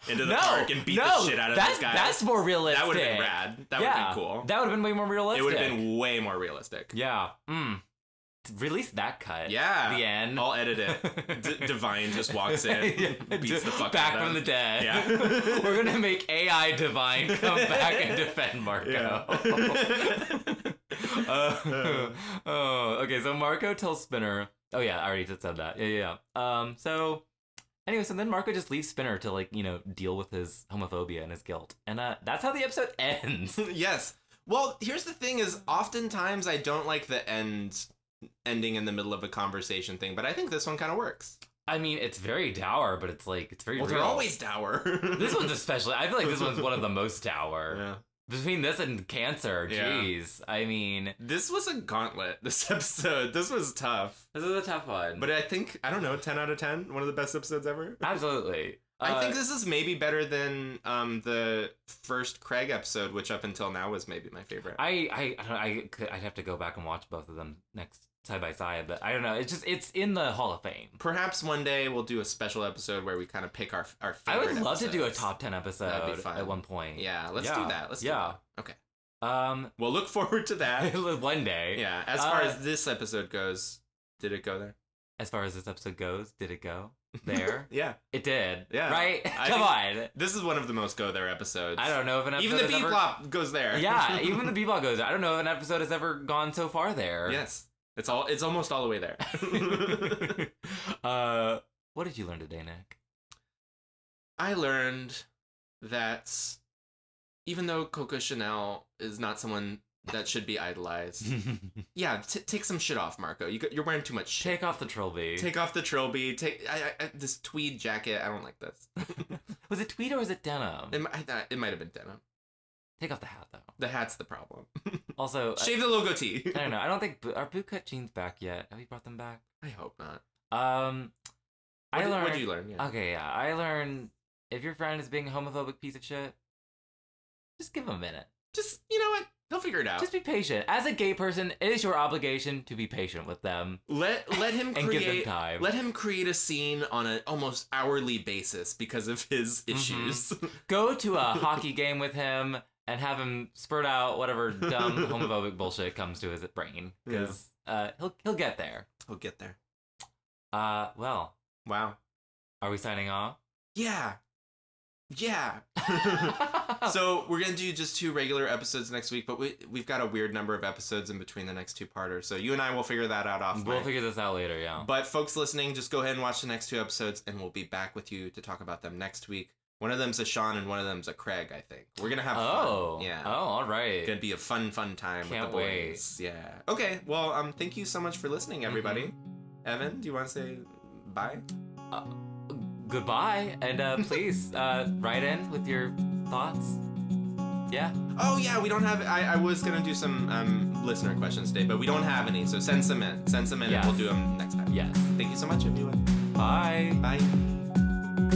Speaker 3: into the
Speaker 2: no,
Speaker 3: park and beat
Speaker 2: no,
Speaker 3: the shit out of
Speaker 2: that's,
Speaker 3: this guy,
Speaker 2: That's more realistic.
Speaker 3: that would have been rad. That would
Speaker 2: yeah,
Speaker 3: have been cool.
Speaker 2: That would have been way more realistic.
Speaker 3: it would have been way more realistic.
Speaker 2: Yeah. Mm. Release that cut.
Speaker 3: Yeah.
Speaker 2: The end.
Speaker 3: I'll edit it. D- Divine just walks in,
Speaker 2: Yeah,
Speaker 3: beats the fuck
Speaker 2: back
Speaker 3: out of
Speaker 2: from the
Speaker 3: him.
Speaker 2: dead.
Speaker 3: Yeah.
Speaker 2: We're gonna make AI divine come back and defend Marco. Uh, oh, okay. So Marco tells Spinner. Oh yeah, I already just said that. Yeah, yeah. yeah. Um. So, anyway, so then Marco just leaves Spinner to like you know deal with his homophobia and his guilt, and uh, that's how the episode ends.
Speaker 3: yes. Well, here's the thing: is oftentimes I don't like the end ending in the middle of a conversation thing, but I think this one kind of works.
Speaker 2: I mean, it's very dour, but it's like it's very.
Speaker 3: Well, they're
Speaker 2: real.
Speaker 3: always dour.
Speaker 2: This one's especially. I feel like this one's one of the most dour.
Speaker 3: Yeah.
Speaker 2: Between this and cancer,
Speaker 3: Yeah.
Speaker 2: jeez. I mean,
Speaker 3: This was a gauntlet. This episode. This was tough.
Speaker 2: this is a tough one.
Speaker 3: But I think I don't know. Ten out of ten. One of the best episodes ever.
Speaker 2: absolutely,
Speaker 3: I
Speaker 2: Uh,
Speaker 3: think this is maybe better than um, the first Craig episode, which up until now was maybe my favorite.
Speaker 2: I I I don't know, I could, I'd have to go back and watch both of them next side by side, but I don't know. It's just it's in the Hall of Fame.
Speaker 3: Perhaps one day we'll do a special episode where we kind of pick our our
Speaker 2: I
Speaker 3: favorite.
Speaker 2: would love to do a
Speaker 3: episodes.
Speaker 2: top ten episode
Speaker 3: That'd be fun.
Speaker 2: at one point.
Speaker 3: Yeah, let's
Speaker 2: Yeah.
Speaker 3: do that. Let's
Speaker 2: Yeah.
Speaker 3: do that. Okay.
Speaker 2: Um,
Speaker 3: We'll look forward to that.
Speaker 2: one day.
Speaker 3: yeah. As far
Speaker 2: Uh,
Speaker 3: as this episode goes, did it go there?
Speaker 2: As far as this episode goes, did it go there?
Speaker 3: Yeah.
Speaker 2: it did.
Speaker 3: Yeah.
Speaker 2: Right.
Speaker 3: I
Speaker 2: Come
Speaker 3: This is one of the most go there episodes.
Speaker 2: on. I don't know if an episode
Speaker 3: Even the
Speaker 2: has
Speaker 3: B
Speaker 2: ever-
Speaker 3: plop goes there.
Speaker 2: yeah, even the bebop goes. I don't know if an episode has ever gone so far there.
Speaker 3: Yes. It's all. It's almost all the way there.
Speaker 2: uh, what did you learn today, Nick?
Speaker 3: I learned that even though Coco Chanel is not someone that should be idolized, yeah, t- take some shit off, Marco. You got, you're wearing too much shit.
Speaker 2: Take off the trilby.
Speaker 3: Take off the trilby. Take I, I, I- this tweed jacket. I don't like this.
Speaker 2: was it tweed or was it denim?
Speaker 3: It, mi- I thought it might have been denim.
Speaker 2: Take off the hat though.
Speaker 3: The hat's the problem.
Speaker 2: Also, I,
Speaker 3: Shave the logo tee.
Speaker 2: I don't know. I don't think bo- are bootcut jeans back yet. Have you brought them back?
Speaker 3: I hope not.
Speaker 2: Um, I
Speaker 3: What did-
Speaker 2: learned.
Speaker 3: What did you learn? Yeah.
Speaker 2: Okay, yeah, I learned if your friend is being a homophobic piece of shit, just give him a minute.
Speaker 3: Just you know what? He'll figure it out.
Speaker 2: Just be patient. As a gay person, it is your obligation to be patient with them
Speaker 3: let let him
Speaker 2: and give them
Speaker 3: create.
Speaker 2: time.
Speaker 3: Let him create a scene on an almost hourly basis because of his
Speaker 2: Mm-hmm.
Speaker 3: issues.
Speaker 2: Go to a hockey game with him and have him spurt out whatever dumb homophobic bullshit comes to his brain because uh, he'll he'll get there.
Speaker 3: He'll get there.
Speaker 2: Uh, well,
Speaker 3: Wow.
Speaker 2: are we signing off?
Speaker 3: Yeah. Yeah.
Speaker 2: Oh.
Speaker 3: so we're gonna do just two regular episodes next week, but we we've got a weird number of episodes in between the next two parters. So you and I will figure that out off.
Speaker 2: We'll
Speaker 3: mic.
Speaker 2: figure this out later, yeah.
Speaker 3: But folks listening, just go ahead and watch the next two episodes, and we'll be back with you to talk about them next week. One of them's a Sean, and one of them's a Craig. I think we're gonna have
Speaker 2: oh,
Speaker 3: fun. Yeah.
Speaker 2: Oh, all
Speaker 3: It's
Speaker 2: right.
Speaker 3: gonna be a fun, fun time
Speaker 2: Can't
Speaker 3: with the boys. Yeah. Okay. Well, um, thank you so much for listening, everybody. Evan, do you want to say bye?
Speaker 2: Goodbye, and uh, please uh, write in with your thoughts. Yeah.
Speaker 3: Oh yeah, we don't have. I, I was gonna do some um, listener questions today, but we don't have any. So send some in. Send some in,
Speaker 2: Yes.
Speaker 3: and we'll do them next time.
Speaker 2: Yes.
Speaker 3: Thank you so much, everyone.
Speaker 2: Bye.
Speaker 3: Bye.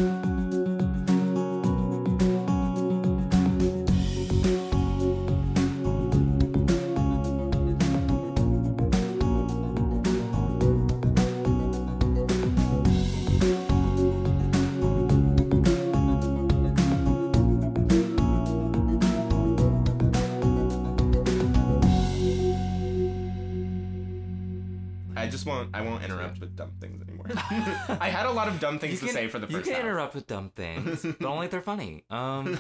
Speaker 3: I just won't. I won't interrupt with dumb things anymore. I had a lot of dumb things
Speaker 2: You
Speaker 3: to
Speaker 2: can-
Speaker 3: say for the
Speaker 2: You
Speaker 3: first
Speaker 2: can
Speaker 3: half.
Speaker 2: interrupt with dumb things, but only if they're funny. Um.